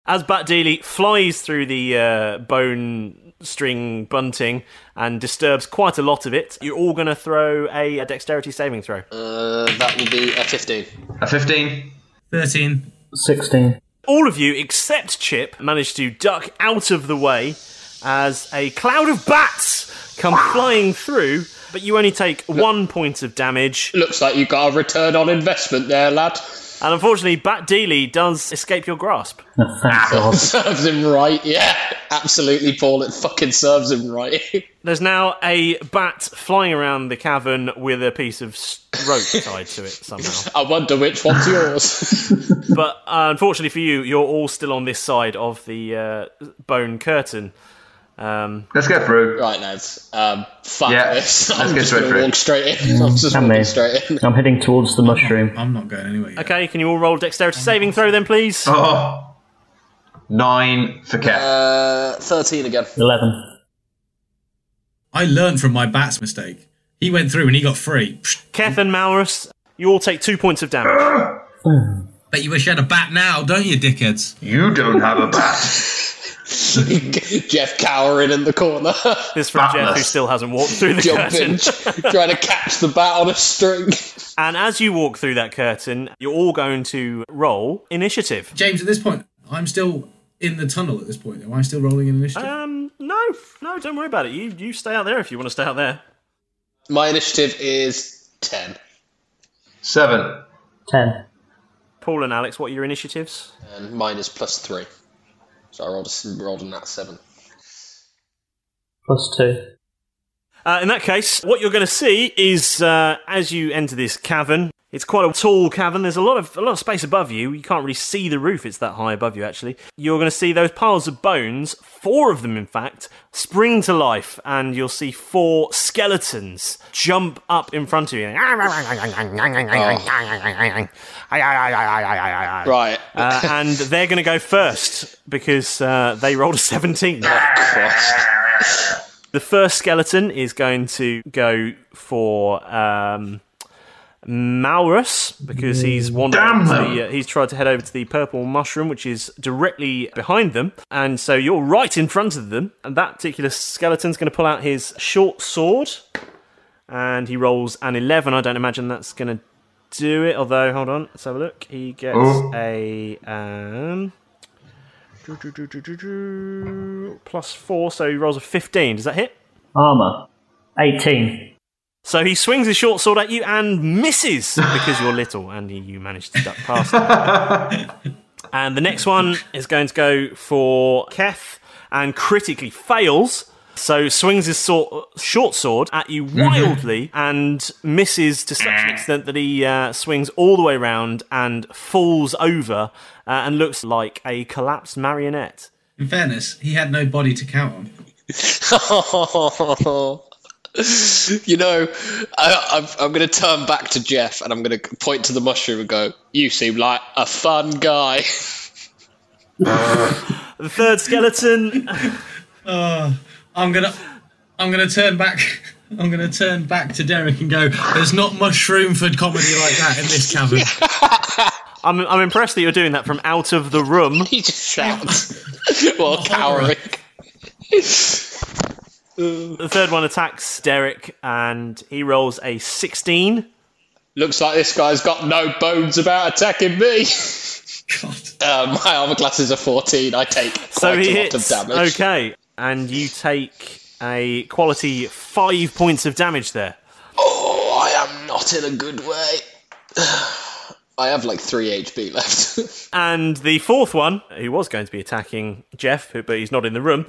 [SPEAKER 3] As Bat Dealey flies through the uh, bone string bunting and disturbs quite a lot of it, you're all going to throw a, a dexterity saving throw.
[SPEAKER 8] Uh, that would be a 15.
[SPEAKER 9] A 15.
[SPEAKER 12] 13.
[SPEAKER 11] 16.
[SPEAKER 3] All of you except Chip manage to duck out of the way as a cloud of bats come flying through, but you only take one point of damage.
[SPEAKER 8] Looks like you got a return on investment there, lad.
[SPEAKER 3] And unfortunately, Bat Dealey does escape your grasp.
[SPEAKER 11] Oh,
[SPEAKER 8] Ah.
[SPEAKER 11] Thank God.
[SPEAKER 8] serves him right, yeah. Absolutely, Paul. It fucking serves him right.
[SPEAKER 3] There's now a bat flying around the cavern with a piece of s- rope tied to it somehow.
[SPEAKER 8] I wonder which one's yours.
[SPEAKER 3] But uh, unfortunately for you, you're all still on this side of the uh, bone curtain. Um,
[SPEAKER 9] Let's get through.
[SPEAKER 8] Right, lads. Um, fuck
[SPEAKER 9] Yeah,
[SPEAKER 8] this.
[SPEAKER 9] let's
[SPEAKER 8] I'm
[SPEAKER 9] get
[SPEAKER 8] just
[SPEAKER 9] straight
[SPEAKER 8] going
[SPEAKER 9] through.
[SPEAKER 8] to walk straight in. I'm just
[SPEAKER 11] Can
[SPEAKER 8] walking
[SPEAKER 11] they?
[SPEAKER 8] straight in.
[SPEAKER 11] I'm heading towards the mushroom.
[SPEAKER 12] I'm not going anywhere.
[SPEAKER 3] Okay, can you all roll dexterity saving throw then, please?
[SPEAKER 9] Oh, nine for Kev.
[SPEAKER 8] Uh, 13 again.
[SPEAKER 11] 11.
[SPEAKER 12] I learned from my bat's mistake. He went through and he got free.
[SPEAKER 3] Keth and Malrus, you all take two points of damage.
[SPEAKER 12] Bet you wish you had a bat now, don't you, dickheads?
[SPEAKER 9] You don't have a bat.
[SPEAKER 8] Jeff cowering in the corner.
[SPEAKER 3] This from Jeff, who still hasn't walked through the
[SPEAKER 8] Jumping,
[SPEAKER 3] curtain.
[SPEAKER 8] trying to catch the bat on a string.
[SPEAKER 3] And as you walk through that curtain, you're all going to roll initiative.
[SPEAKER 12] James, at this point, I'm still in the tunnel at this point. Am I still rolling in initiative?
[SPEAKER 3] Um, no, no, don't worry about it. You you stay out there if you want to stay out there.
[SPEAKER 8] My initiative is 10.
[SPEAKER 9] Seven.
[SPEAKER 11] Ten.
[SPEAKER 3] Paul and Alex, what are your initiatives?
[SPEAKER 8] And mine is plus 3. So I rolled a, rolled a nat 7.
[SPEAKER 11] Plus two.
[SPEAKER 3] Uh, in that case, what you're going to see is uh, as you enter this cavern, it's quite a tall cavern. There's a lot of a lot of space above you. You can't really see the roof. It's that high above you, actually. You're going to see those piles of bones, four of them, in fact, spring to life, and you'll see four skeletons jump up in front of you.
[SPEAKER 19] Oh.
[SPEAKER 8] Right.
[SPEAKER 3] Uh, and they're going to go first because uh, they rolled a 17. the first skeleton is going to go for um, Malrus because he's wandered.
[SPEAKER 9] Damn
[SPEAKER 3] over to
[SPEAKER 9] them.
[SPEAKER 3] the, uh, he's tried to head over to the purple mushroom, which is directly behind them, and so you're right in front of them. And that particular skeleton's going to pull out his short sword, and he rolls an eleven. I don't imagine that's going to do it. Although, hold on, let's have a look. He gets
[SPEAKER 9] Oh.
[SPEAKER 3] a um, doo, doo, doo, doo, doo, doo, plus four, so he rolls a fifteen. Does that hit?
[SPEAKER 8] Ah.
[SPEAKER 11] Armour. 18.
[SPEAKER 3] So he swings his short sword at you and misses because you're little and you- you manage to duck past. him. and the next one is going to go for Keth and critically fails. So swings his sor- short sword at you wildly and misses to such an extent that he uh, swings all the way round and falls over uh, and looks like a collapsed marionette.
[SPEAKER 12] In fairness, he had no body to count on.
[SPEAKER 8] you know, I, I'm, I'm going to turn back to Jeff and I'm going to point to the mushroom and go, You seem like a fun guy.
[SPEAKER 3] The third skeleton.
[SPEAKER 12] Oh, I'm gonna, I'm gonna turn back. I'm gonna turn back to Derek and go. There's not much room for comedy like that in this cavern.
[SPEAKER 3] I'm, I'm impressed that you're doing that from out of the room.
[SPEAKER 8] he just shouts while cowering.
[SPEAKER 3] The third one attacks Derek and he rolls a 16.
[SPEAKER 8] Looks like this guy's got no bones about attacking me. Uh, my armor class is a 14. I take quite
[SPEAKER 3] So he
[SPEAKER 8] a
[SPEAKER 3] hits.
[SPEAKER 8] lot of damage.
[SPEAKER 3] Okay. And you take a quality 5 points of damage there.
[SPEAKER 8] Oh, I am not in a good way. I have like 3 HP left.
[SPEAKER 3] And the fourth one, who was going to be attacking Jeff, who- but he's not in the room,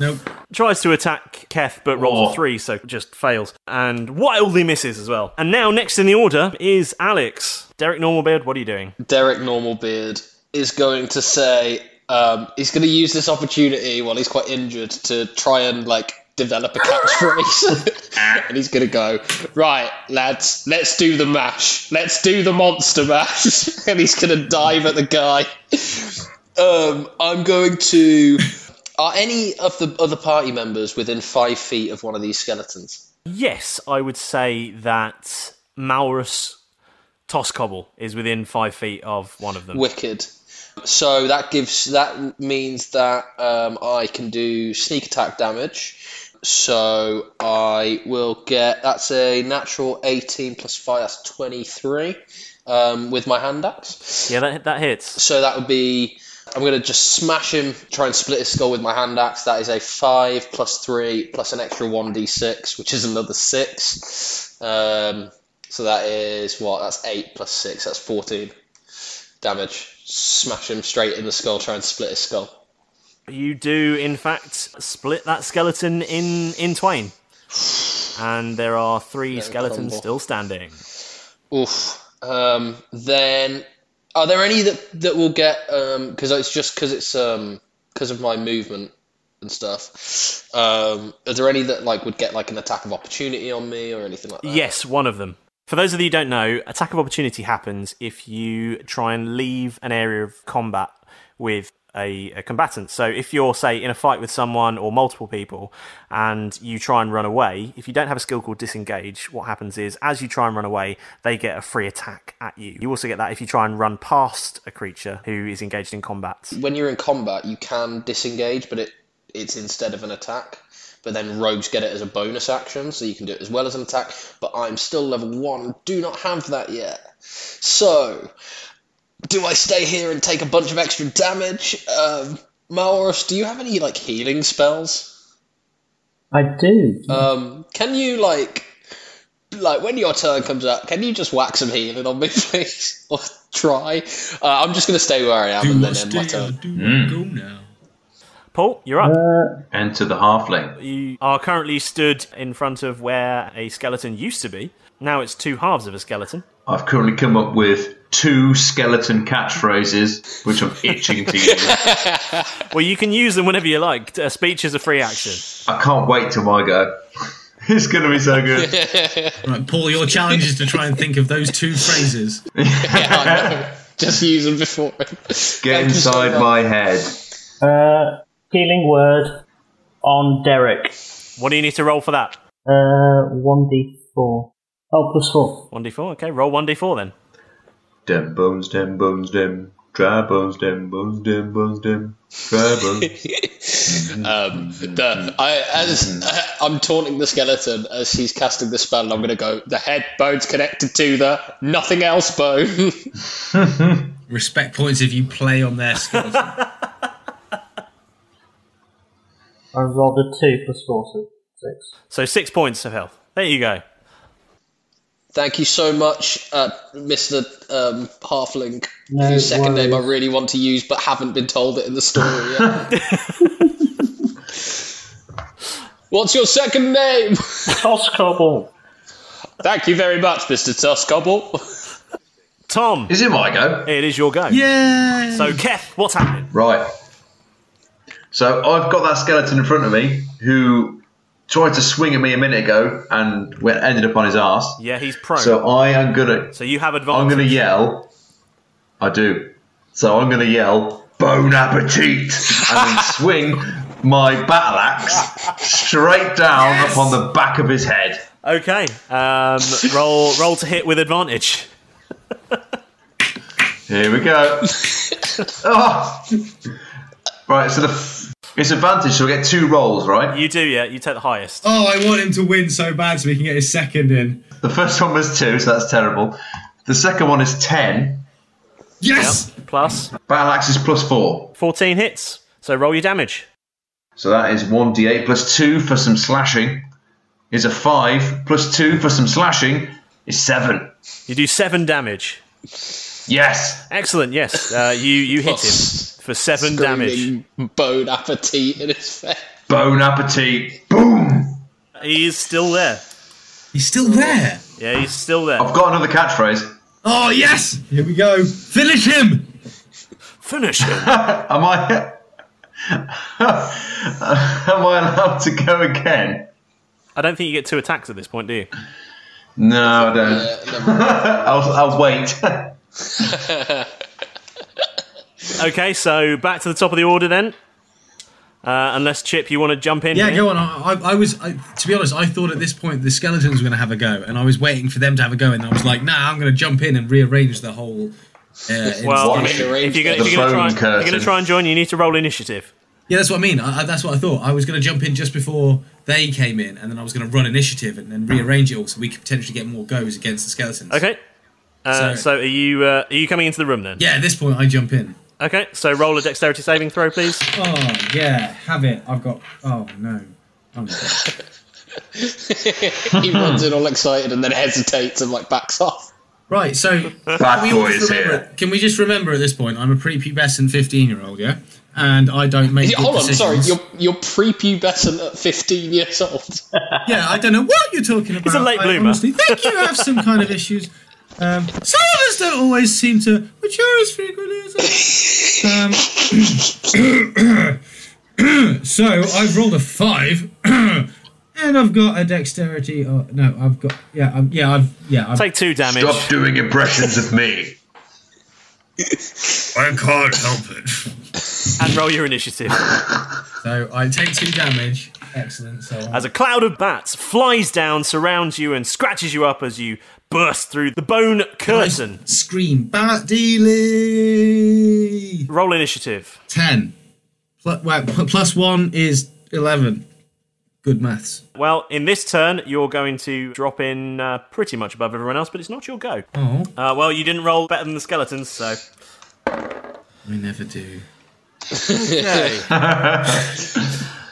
[SPEAKER 3] tries to attack Keth but rolls
[SPEAKER 9] Oh.
[SPEAKER 3] a three, so just fails. And wildly misses as well. And now, next in the order is Alex. Derek Normalbeard, what are you doing?
[SPEAKER 8] Derek Normalbeard is going to say um, he's going to use this opportunity while he's quite injured to try and like develop a catchphrase, and he's going to go right, lads, let's do the mash, let's do the monster mash, and he's going to dive at the guy. Um, I'm going to. Are any of the other party members within five feet of one of these skeletons?
[SPEAKER 3] Yes, I would say that Maurus Toscobble is within five feet of one of them.
[SPEAKER 8] Wicked. So that gives that means that um, I can do sneak attack damage. So I will get that's a natural eighteen plus five. That's twenty three um, with my hand axe.
[SPEAKER 3] Yeah, that, that hits.
[SPEAKER 8] So that would be. I'm gonna just smash him. Try and split his skull with my hand axe. That is a five plus three plus an extra one d six, which is another six. Um, so that is what? That's eight plus six. That's fourteen damage. Smash him straight in the skull. Try and split his skull.
[SPEAKER 3] You do, in fact, split that skeleton in, in twain. And there are three skeletons
[SPEAKER 8] crumble.
[SPEAKER 3] still standing.
[SPEAKER 8] Oof. Um, then, are there any that that will get? Because it's just because it's um because of my movement and stuff. Um, are there any that like would get like an attack of opportunity on me or anything like that?
[SPEAKER 3] Yes, one of them. For those of you who don't know, attack of opportunity happens if you try and leave an area of combat with a, a combatant. So if you're, say, in a fight with someone or multiple people and you try and run away, if you don't have a skill called disengage, what happens is as you try and run away, they get a free attack at you. You also get that if you try and run past a creature who is engaged in combat.
[SPEAKER 8] When you're in combat, you can disengage, but it it's instead of an attack. But then rogues get it as a bonus action, so you can do it as well as an attack. But I'm still level one, do not have that yet. So, do I stay here and take a bunch of extra damage? Um, Maurus, do you have any like healing spells?
[SPEAKER 11] I do.
[SPEAKER 8] Um, can you like, like when your turn comes up, can you just whack some healing on me, please, or try? Uh, I'm just gonna stay where I am and then end my turn.
[SPEAKER 9] Mm.
[SPEAKER 3] Paul, you're up.
[SPEAKER 9] Enter Uh, the halfling.
[SPEAKER 3] You are currently stood in front of where a skeleton used to be. Now it's two halves of a skeleton.
[SPEAKER 9] I've currently come up with two skeleton catchphrases, which I'm itching to use.
[SPEAKER 3] well, you can use them whenever you like. A speech is a free action.
[SPEAKER 9] I can't wait till my go. it's going to be so good.
[SPEAKER 12] Right, Paul, your challenge is to try and think of those two phrases.
[SPEAKER 8] Just use them before.
[SPEAKER 9] Get inside my head.
[SPEAKER 11] Uh, healing word on Derek.
[SPEAKER 3] What do you need to roll for that?
[SPEAKER 11] Uh, 1d4. Oh, plus 4.
[SPEAKER 3] 1d4, okay. Roll 1d4 then.
[SPEAKER 9] Dem bones, dem bones, dem. Dry bones, dem bones, dem bones, dem. Dry bones.
[SPEAKER 8] Um, the, I, as uh, I'm taunting the skeleton as he's casting the spell, I'm going to go. The head bone's connected to the nothing else bone.
[SPEAKER 12] Respect points if you play on their skills.
[SPEAKER 11] I rolled a 2 plus 4, so 6.
[SPEAKER 3] So six points of health. There you go.
[SPEAKER 8] Thank you so much, uh, Mister um, Halfling,
[SPEAKER 11] No
[SPEAKER 8] whose second name I
[SPEAKER 11] worries.
[SPEAKER 8] really want to use but haven't been told it in the story yet. What's your second name?
[SPEAKER 11] Toscobble.
[SPEAKER 8] Thank you very much, Mister Toscobble.
[SPEAKER 3] Tom.
[SPEAKER 9] Is it my go?
[SPEAKER 3] It is your go.
[SPEAKER 12] Yeah.
[SPEAKER 3] Oh. So, Keth, what's happening?
[SPEAKER 9] Right. So I've got that skeleton in front of me who tried to swing at me a minute ago and went, ended up on his ass.
[SPEAKER 3] Yeah, he's prone.
[SPEAKER 9] So I am gonna.
[SPEAKER 3] So you have advantage.
[SPEAKER 9] I'm gonna yell. I do. So I'm gonna yell. Bon appetit, and then swing my battle axe straight down upon the back of his head.
[SPEAKER 3] Okay. Um, roll, roll to hit with advantage.
[SPEAKER 9] Here we go. oh. Right, so the, it's advantage, so we get two rolls, right?
[SPEAKER 3] You do, yeah. You take the highest.
[SPEAKER 12] Oh, I want him to win so bad so he can get his second in.
[SPEAKER 9] The first one was two, so that's terrible. The second one is ten.
[SPEAKER 12] Yes.
[SPEAKER 3] Plus
[SPEAKER 9] Battle axe is plus four,
[SPEAKER 3] fourteen hits. So roll your damage.
[SPEAKER 9] so that is one d8 plus two for some slashing. Is a five plus two for some slashing is seven.
[SPEAKER 3] You do seven damage.
[SPEAKER 9] Yes.
[SPEAKER 3] Excellent. Yes. Uh, you you hit him for seven damage.
[SPEAKER 8] Bone appetit in his face.
[SPEAKER 9] Bon appetit.
[SPEAKER 3] He is still there.
[SPEAKER 12] He's still there.
[SPEAKER 3] Yeah, he's still there.
[SPEAKER 9] I've got another catchphrase.
[SPEAKER 12] Oh yes. Here we go. Finish him.
[SPEAKER 3] Finish him.
[SPEAKER 9] Am I? Am I allowed to go again?
[SPEAKER 3] I don't think you get two attacks at this point, do you?
[SPEAKER 9] No, I don't. I'll, I'll wait.
[SPEAKER 3] Okay, so back to the top of the order then. Uh, unless Chip, you want to jump in?
[SPEAKER 12] Yeah,
[SPEAKER 3] here?
[SPEAKER 12] go on. I, I- I was, I, to be honest, I thought at this point the skeletons were going to have a go, and I was waiting for them to have a go, and I was like, nah, I'm going to jump in and rearrange the whole. Uh,
[SPEAKER 3] Well,
[SPEAKER 12] instance.
[SPEAKER 3] if you're, gonna, if
[SPEAKER 9] The
[SPEAKER 3] you're gonna try,
[SPEAKER 9] bone
[SPEAKER 3] and, if you're gonna
[SPEAKER 9] curtain.
[SPEAKER 3] try and join, you need to roll initiative.
[SPEAKER 12] yeah, that's what I mean. I, I, that's what I thought. I was going to jump in just before they came in, and then I was going to run initiative and then rearrange it all so we could potentially get more goes against the skeletons.
[SPEAKER 3] Okay. Uh,
[SPEAKER 12] Sorry.
[SPEAKER 3] so are you uh, are you coming into the room then?
[SPEAKER 12] Yeah, at this point I jump in.
[SPEAKER 3] Okay. So roll a dexterity saving throw, please.
[SPEAKER 12] Oh yeah, have it. I've got. Oh no. Oh, no.
[SPEAKER 8] he runs in all excited and then hesitates and like backs off.
[SPEAKER 12] Right, so
[SPEAKER 9] Bad
[SPEAKER 12] can we, all
[SPEAKER 9] boy
[SPEAKER 12] just
[SPEAKER 9] is
[SPEAKER 12] remember,
[SPEAKER 9] here.
[SPEAKER 12] can we just remember at this point I'm a prepubescent 15 year old, yeah, and I don't make.
[SPEAKER 8] Yeah,
[SPEAKER 12] good
[SPEAKER 8] Hold on, sorry,
[SPEAKER 12] decisions.
[SPEAKER 8] you're you're prepubescent at 15 years old.
[SPEAKER 12] Yeah, I don't know what you're talking about.
[SPEAKER 8] He's a late
[SPEAKER 12] I
[SPEAKER 8] bloomer.
[SPEAKER 12] honestly think you have some kind of issues. Um, some of us don't always seem to mature as frequently as others. Um, so I've rolled a five, and I've got a dexterity. Oh, no, I've got yeah, i yeah, I've yeah. I've,
[SPEAKER 3] Take two damage.
[SPEAKER 9] Stop doing impressions of me.
[SPEAKER 12] I can't help it.
[SPEAKER 3] And roll your initiative.
[SPEAKER 12] So I take two damage. Excellent. So
[SPEAKER 3] As a cloud of bats flies down, surrounds you, and scratches you up as you burst through the bone curtain.
[SPEAKER 12] scream, Bat Dealey.
[SPEAKER 3] Roll initiative.
[SPEAKER 12] Ten. Plus, well, p- plus one is eleven. Good maths.
[SPEAKER 3] Well, in this turn, you're going to drop in uh, pretty much above everyone else, but it's not your go.
[SPEAKER 12] Oh,
[SPEAKER 3] Uh, well, you didn't roll better than the skeletons, so.
[SPEAKER 12] we never do.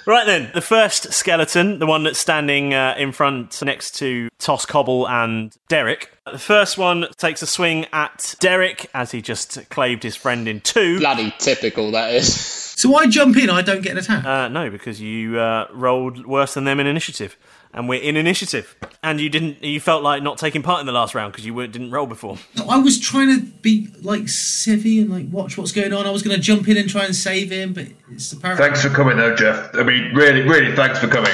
[SPEAKER 3] Right then, the first skeleton, the one that's standing uh, in front next to Toss Cobble and Derek. The first one takes a swing at Derek as he just claved his friend in two.
[SPEAKER 8] Bloody typical, that is.
[SPEAKER 12] So I jump in. I don't get an attack.
[SPEAKER 3] Uh, no, because you uh, rolled worse than them in initiative, and we're in initiative, and you didn't. You felt like not taking part in the last round because you weren't, didn't roll before.
[SPEAKER 12] I was trying to be like civvy and like watch what's going on. I was going to jump in and try and save him, but it's apparently
[SPEAKER 9] Thanks for coming, though, Jeff. I mean, really, really, thanks for coming.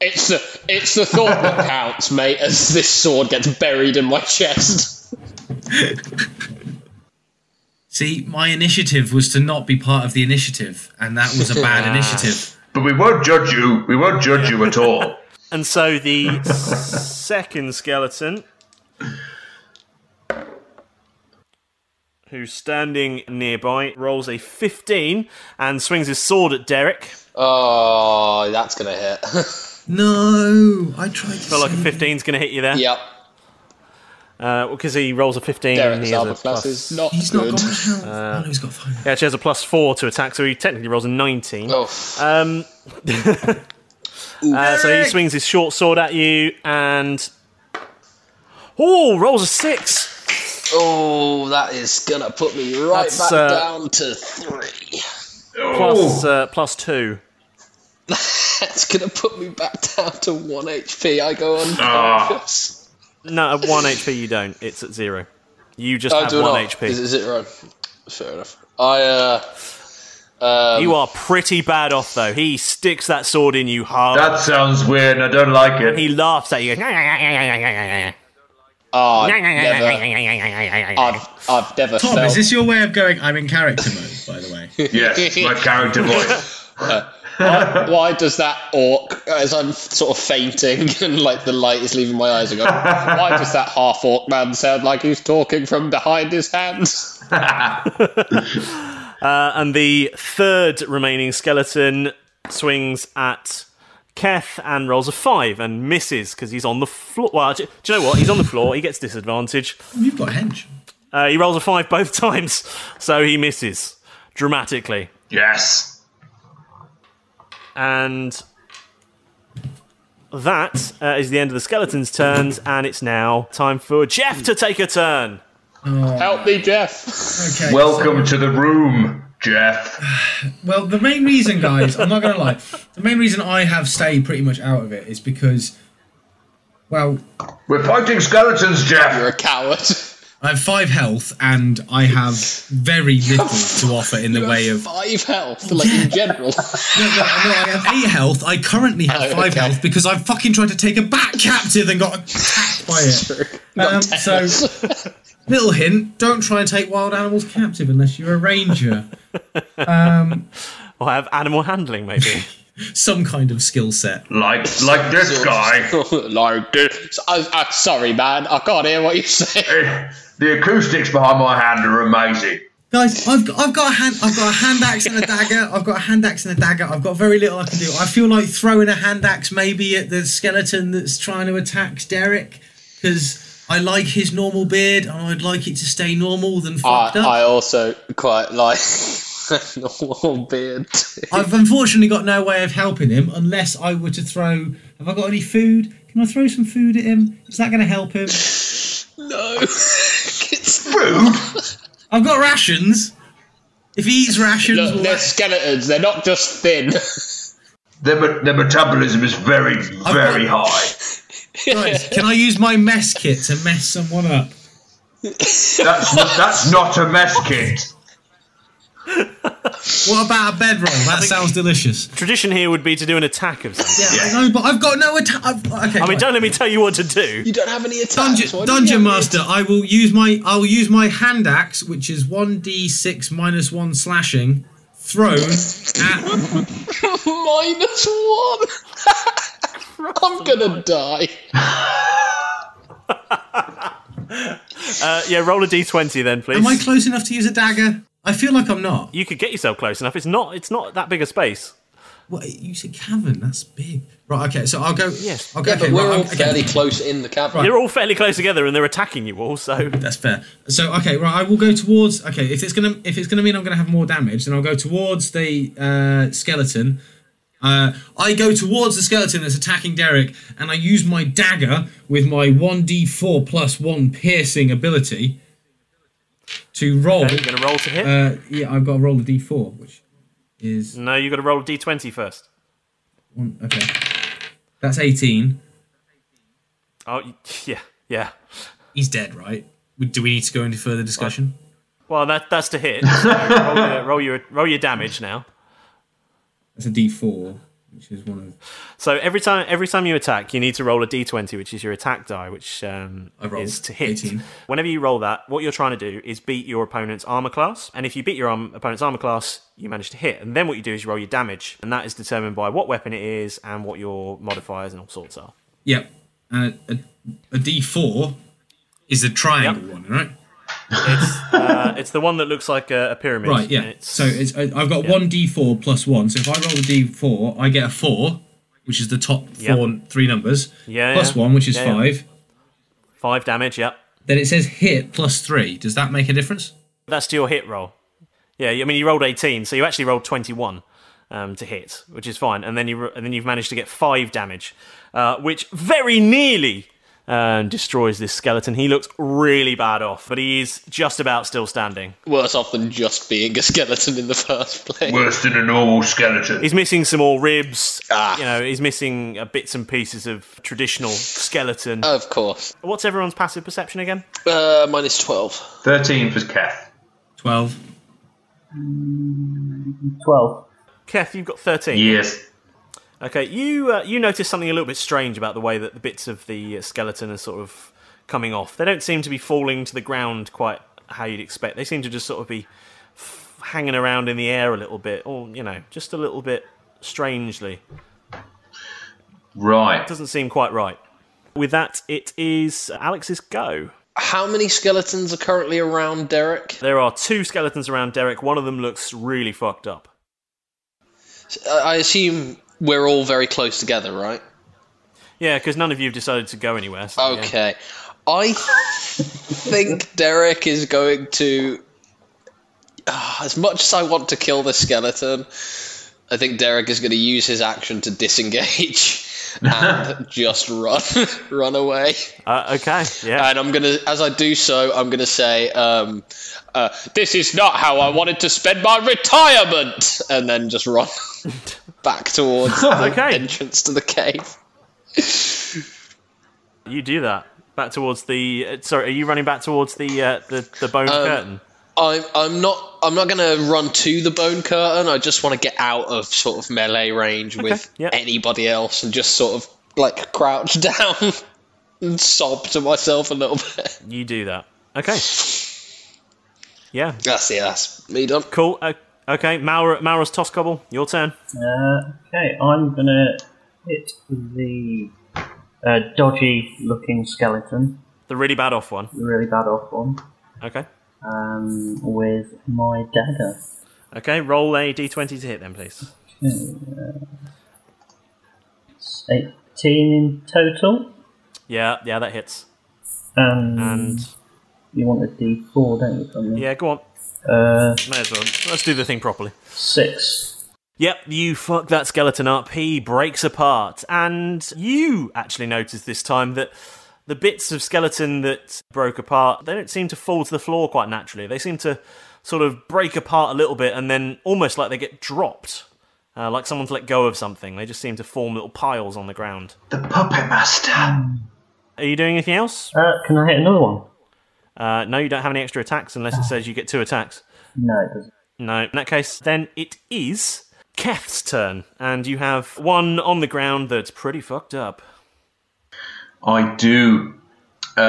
[SPEAKER 8] It's the it's the thought that counts, mate. As this sword gets buried in my chest.
[SPEAKER 12] See, my initiative was to not be part of the initiative, and that was a bad initiative.
[SPEAKER 9] But we won't judge you. We won't judge you at all.
[SPEAKER 3] And so the second skeleton, who's standing nearby, rolls a 15 and swings his sword at Derek.
[SPEAKER 8] Oh, that's gonna hit.
[SPEAKER 12] no, I tried. To
[SPEAKER 3] Felt like a 15's going to hit you there.
[SPEAKER 8] Yep.
[SPEAKER 3] Because he rolls a 15 and
[SPEAKER 8] Derek's
[SPEAKER 3] he has a
[SPEAKER 8] armor class
[SPEAKER 3] plus.
[SPEAKER 8] is not
[SPEAKER 12] He's not
[SPEAKER 8] good.
[SPEAKER 12] got much health. oh, no, he's got five.
[SPEAKER 3] He actually Uh, has a plus four to attack, so he technically rolls a 19.
[SPEAKER 8] Oh.
[SPEAKER 3] Um, uh, so he swings his short sword at you and. Oh, rolls a six.
[SPEAKER 8] oh, that is gonna put me right
[SPEAKER 3] That's,
[SPEAKER 8] back
[SPEAKER 3] uh,
[SPEAKER 8] down to three.
[SPEAKER 3] Plus, uh, plus two.
[SPEAKER 8] That's gonna put me back down to one HP. I go on.
[SPEAKER 3] Ah. No, at one HP you don't. It's at zero. You just
[SPEAKER 8] I
[SPEAKER 3] have
[SPEAKER 8] do
[SPEAKER 3] one
[SPEAKER 8] not.
[SPEAKER 3] HP.
[SPEAKER 8] Is it zero? Fair enough. I uh. Um,
[SPEAKER 3] you are pretty bad off though. He sticks that sword in you hard.
[SPEAKER 9] That sounds weird. and I don't like it.
[SPEAKER 3] He laughs at you. goes,
[SPEAKER 8] Oh, I've never,
[SPEAKER 4] Never.
[SPEAKER 8] I've, I've never
[SPEAKER 12] Tom,
[SPEAKER 8] felt.
[SPEAKER 12] is this your way of going? I'm in character mode, by the way.
[SPEAKER 9] Yes, my character voice.
[SPEAKER 8] Uh, why, why does that orc, as I'm sort of fainting and like the light is leaving my eyes, I go, why does that half orc man sound like he's talking from behind his hands?
[SPEAKER 3] Uh, and the third remaining skeleton swings at Keth and rolls a five and misses because he's on the floor. Well, do, do you know what? He's on the floor. He gets disadvantage.
[SPEAKER 12] You've got a hench.
[SPEAKER 3] Uh, he rolls a five both times, so he misses dramatically.
[SPEAKER 9] Yes.
[SPEAKER 3] And that uh, is the end of the skeleton's turns, and it's now time for Jeff to take a turn.
[SPEAKER 8] Help me, Jeff.
[SPEAKER 12] Oh. Okay.
[SPEAKER 9] Welcome to the room, Jeff.
[SPEAKER 12] Well, the main reason, guys, I'm not going to lie, the main reason I have stayed pretty much out of it is because, well,
[SPEAKER 9] we're fighting skeletons, Jeff. You're
[SPEAKER 8] a coward.
[SPEAKER 12] I have five health and I have very little to offer in the way of.
[SPEAKER 8] Five health, like in general.
[SPEAKER 12] No, no, no, I have eight health. I currently have
[SPEAKER 8] Oh,
[SPEAKER 12] five
[SPEAKER 8] okay.
[SPEAKER 12] health because I fucking tried to take a bat captive and got attacked by it. Um, so, little hint: don't try and take wild animals captive unless you're a ranger. Um,
[SPEAKER 3] or have animal handling, maybe.
[SPEAKER 12] Some kind of skill set.
[SPEAKER 9] Like, like this guy.
[SPEAKER 8] like this. I, I, sorry, man. I can't hear what you say.
[SPEAKER 9] The acoustics behind my hand are amazing.
[SPEAKER 12] Guys, I've got, I've got a hand I've got a hand axe and a dagger. I've got a hand axe and a dagger. I've got very little I can do. I feel like throwing a hand axe maybe at the skeleton that's trying to attack Derek because I like his normal beard and I'd like it to stay normal than
[SPEAKER 8] I,
[SPEAKER 12] fucked up.
[SPEAKER 8] I also quite like normal beard.
[SPEAKER 12] I've unfortunately got no way of helping him unless I were to throw. Have I got any food? Can I throw some food at him? Is that going to help him?
[SPEAKER 8] No. it's
[SPEAKER 9] food.
[SPEAKER 12] I've got rations. If he eats rations,
[SPEAKER 8] Look, they're skeletons. They're not just thin.
[SPEAKER 9] Their, me- their metabolism is very, very high.
[SPEAKER 12] Guys, can I use my mess kit to mess someone up?
[SPEAKER 9] That's not, that's not a mess kit.
[SPEAKER 12] What about a bedroll? That sounds delicious.
[SPEAKER 3] Tradition here would be to do an attack of some
[SPEAKER 12] Yeah, I know, but I've got no attack. Okay,
[SPEAKER 3] I mean,
[SPEAKER 12] right.
[SPEAKER 3] don't let me tell you what to do.
[SPEAKER 8] You don't have any attacks.
[SPEAKER 12] Dungeon,
[SPEAKER 8] why do you
[SPEAKER 12] Dungeon
[SPEAKER 8] have any
[SPEAKER 12] Master, I will use my I'll use my hand axe, which is one d six minus one slashing, thrown at
[SPEAKER 8] Minus one. I'm gonna die.
[SPEAKER 3] Uh, yeah, roll a d20 then, please.
[SPEAKER 12] Am I close enough to use a dagger? I feel like I'm not.
[SPEAKER 3] You could get yourself close enough. It's not. It's not that big a space.
[SPEAKER 12] What you said, cavern? That's big. Right. Okay. So I'll go. Yes. I'll go.
[SPEAKER 8] Yeah,
[SPEAKER 12] okay,
[SPEAKER 8] but we're
[SPEAKER 12] right,
[SPEAKER 8] all
[SPEAKER 12] okay.
[SPEAKER 8] fairly close in the cavern.
[SPEAKER 3] You're all fairly close together, and they're attacking you all. So
[SPEAKER 12] that's fair. So okay, right. I will go towards. Okay, if it's gonna if it's gonna mean I'm gonna have more damage, then I'll go towards the uh, skeleton. Uh, I go towards the skeleton that's attacking Derek, and I use my dagger with my one d4 plus one piercing ability to roll.
[SPEAKER 3] Okay, you're gonna roll to hit?
[SPEAKER 12] Uh, yeah, I've got to roll a d4, which is
[SPEAKER 3] No, you got to roll a d20 first.
[SPEAKER 12] one. Okay, that's 18.
[SPEAKER 3] Oh, y- yeah, yeah.
[SPEAKER 12] He's dead, right? Do we need to go into further discussion?
[SPEAKER 3] Well, that that's to hit. So roll, your, roll your roll your damage now.
[SPEAKER 12] That's a d4, which is one of
[SPEAKER 3] So every time every time you attack, you need to roll a d20, which is your attack die, which um, is to hit. Whenever you roll that, what you're trying to do is beat your opponent's armor class, and if you beat your um, opponent's armor class, you manage to hit. And then what you do is you roll your damage, and that is determined by what weapon it is and what your modifiers and all sorts are.
[SPEAKER 12] Yep. And a, a, a D4 is the triangle one, right?
[SPEAKER 3] Uh, it's the one that looks like a, a pyramid.
[SPEAKER 12] Right, yeah.
[SPEAKER 3] and it's-
[SPEAKER 12] so it's, I- I've got one D4 plus one. So if I roll a D4, I get a four, which is the top
[SPEAKER 3] Yep.
[SPEAKER 12] four, three numbers,
[SPEAKER 3] Yeah,
[SPEAKER 12] plus
[SPEAKER 3] yeah.
[SPEAKER 12] one, which is
[SPEAKER 3] Yeah, yeah.
[SPEAKER 12] five.
[SPEAKER 3] five damage. Yep.
[SPEAKER 12] Then it says hit plus three. Does that make a difference?
[SPEAKER 3] That's to your hit roll. Yeah, I mean you rolled 18, so you actually rolled 21 um, to hit, which is fine. And then you and then you've managed to get five damage, uh, which very nearly um, destroys this skeleton. He looks really bad off, but he is just about still standing.
[SPEAKER 8] Worse off than just being a skeleton in the first place.
[SPEAKER 9] Worse than a normal skeleton.
[SPEAKER 3] He's missing some more ribs.
[SPEAKER 8] Ah.
[SPEAKER 3] You know, he's missing uh, bits and pieces of traditional skeleton.
[SPEAKER 8] Of course.
[SPEAKER 3] What's everyone's passive perception again?
[SPEAKER 8] Uh, minus 12.
[SPEAKER 9] 13 for Keth.
[SPEAKER 12] 12.
[SPEAKER 11] 12.
[SPEAKER 3] Keth, you've got 13.
[SPEAKER 9] Yes.
[SPEAKER 3] Okay, you uh, you notice something a little bit strange about the way that the bits of the uh, skeleton are sort of coming off. They don't seem to be falling to the ground quite how you'd expect. They seem to just sort of be f- hanging around in the air a little bit, or you know, just a little bit strangely.
[SPEAKER 9] Right.
[SPEAKER 3] doesn't seem quite right. With that, it is Alex's go.
[SPEAKER 8] How many skeletons are currently around Derek?
[SPEAKER 3] There are two skeletons around Derek. One of them looks really fucked up.
[SPEAKER 8] I I assume we're all very close together, right?
[SPEAKER 3] Yeah, because none of you have decided to go anywhere. So, yeah.
[SPEAKER 8] Okay. I think Derek is going to. Ah, as much as I want to kill the skeleton, I think Derek is going to use his action to disengage and just run, run away.
[SPEAKER 3] Uh, okay. Yeah.
[SPEAKER 8] And I'm gonna, as I do so, I'm gonna say, um, uh, "This is not how I wanted to spend my retirement," and then just run back towards the entrance to the cave.
[SPEAKER 3] You do that back towards the. Uh, sorry, are you running back towards the uh, the the bone
[SPEAKER 8] Um,
[SPEAKER 3] curtain?
[SPEAKER 8] I'm, I'm not, I'm not gonna run to the bone curtain. I just want to get out of sort of melee range with anybody else and just sort of like crouch down and sob to myself a little bit.
[SPEAKER 3] You do that. Okay. Yeah.
[SPEAKER 8] That's yeah. That's me done.
[SPEAKER 3] Cool. Uh, okay, Maura, Maura's toss cobble. Your turn.
[SPEAKER 11] Uh, okay, I'm gonna hit the uh, dodgy looking skeleton,
[SPEAKER 3] The really bad off one.
[SPEAKER 11] the really bad off one,
[SPEAKER 3] Okay.
[SPEAKER 11] um, with my dagger.
[SPEAKER 3] Okay. Roll a d20 to hit them, please.
[SPEAKER 11] Uh, it's 18 in total.
[SPEAKER 3] Yeah. Yeah. That hits.
[SPEAKER 11] Um,
[SPEAKER 3] And-
[SPEAKER 11] you want a d4, don't you? From me?
[SPEAKER 3] Yeah. Go on.
[SPEAKER 11] Uh,
[SPEAKER 3] May as well. Let's do the thing properly.
[SPEAKER 11] Six.
[SPEAKER 3] Yep, you fuck that skeleton up. He breaks apart. And you actually notice this time that the bits of skeleton that broke apart, they don't seem to fall to the floor quite naturally. They seem to sort of break apart a little bit and then almost like they get dropped. Uh, like someone's let go of something. They just seem to form little piles on the ground.
[SPEAKER 9] The puppet master.
[SPEAKER 3] Are you doing anything else?
[SPEAKER 11] Uh, can I hit another one?
[SPEAKER 3] Uh, no, you don't have any extra attacks unless it says you get two attacks.
[SPEAKER 11] No, it doesn't.
[SPEAKER 3] No, in that case, then it is Keth's turn, and you have one on the ground that's pretty fucked up.
[SPEAKER 9] I do.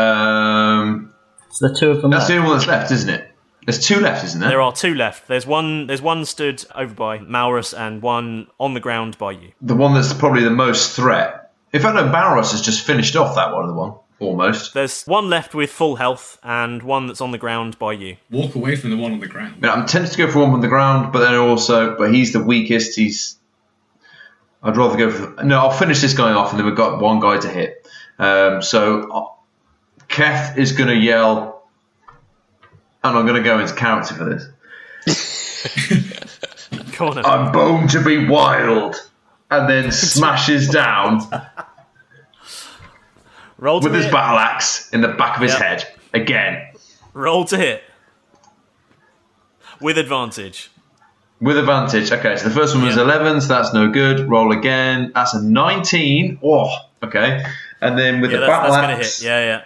[SPEAKER 9] Um,
[SPEAKER 11] so the two of them.
[SPEAKER 9] That's
[SPEAKER 3] left.
[SPEAKER 9] the only one that's left, isn't it? There's two left, isn't there?
[SPEAKER 3] There are two left. There's one. There's one stood over by Maurus, and one on the ground by you.
[SPEAKER 9] The one that's probably the most threat. In fact, no, Barros has just finished off that one. The one. Almost.
[SPEAKER 3] There's one left with full health and one that's on the ground by you.
[SPEAKER 12] Walk away from the one on the ground.
[SPEAKER 9] Yeah, I'm tempted to go for one on the ground, but then also, but he's the weakest. He's. I'd rather go for. No, I'll finish this guy off, and then we've got one guy to hit. Um, so, uh, Keth is going to yell, and I'm going to go into character for this. I'm born to be wild, and then smashes down
[SPEAKER 3] Roll to
[SPEAKER 9] with his
[SPEAKER 3] hit.
[SPEAKER 9] battle axe in the back of his
[SPEAKER 3] Yep.
[SPEAKER 9] head again
[SPEAKER 3] Roll to hit. With advantage.
[SPEAKER 9] with advantage. Okay, so the first one was 11, so that's no good. Roll again. That's a 19. Oh, okay. And then with
[SPEAKER 3] yeah,
[SPEAKER 9] the
[SPEAKER 3] that's,
[SPEAKER 9] battle
[SPEAKER 3] that's going to
[SPEAKER 9] axe,
[SPEAKER 3] hit. Yeah,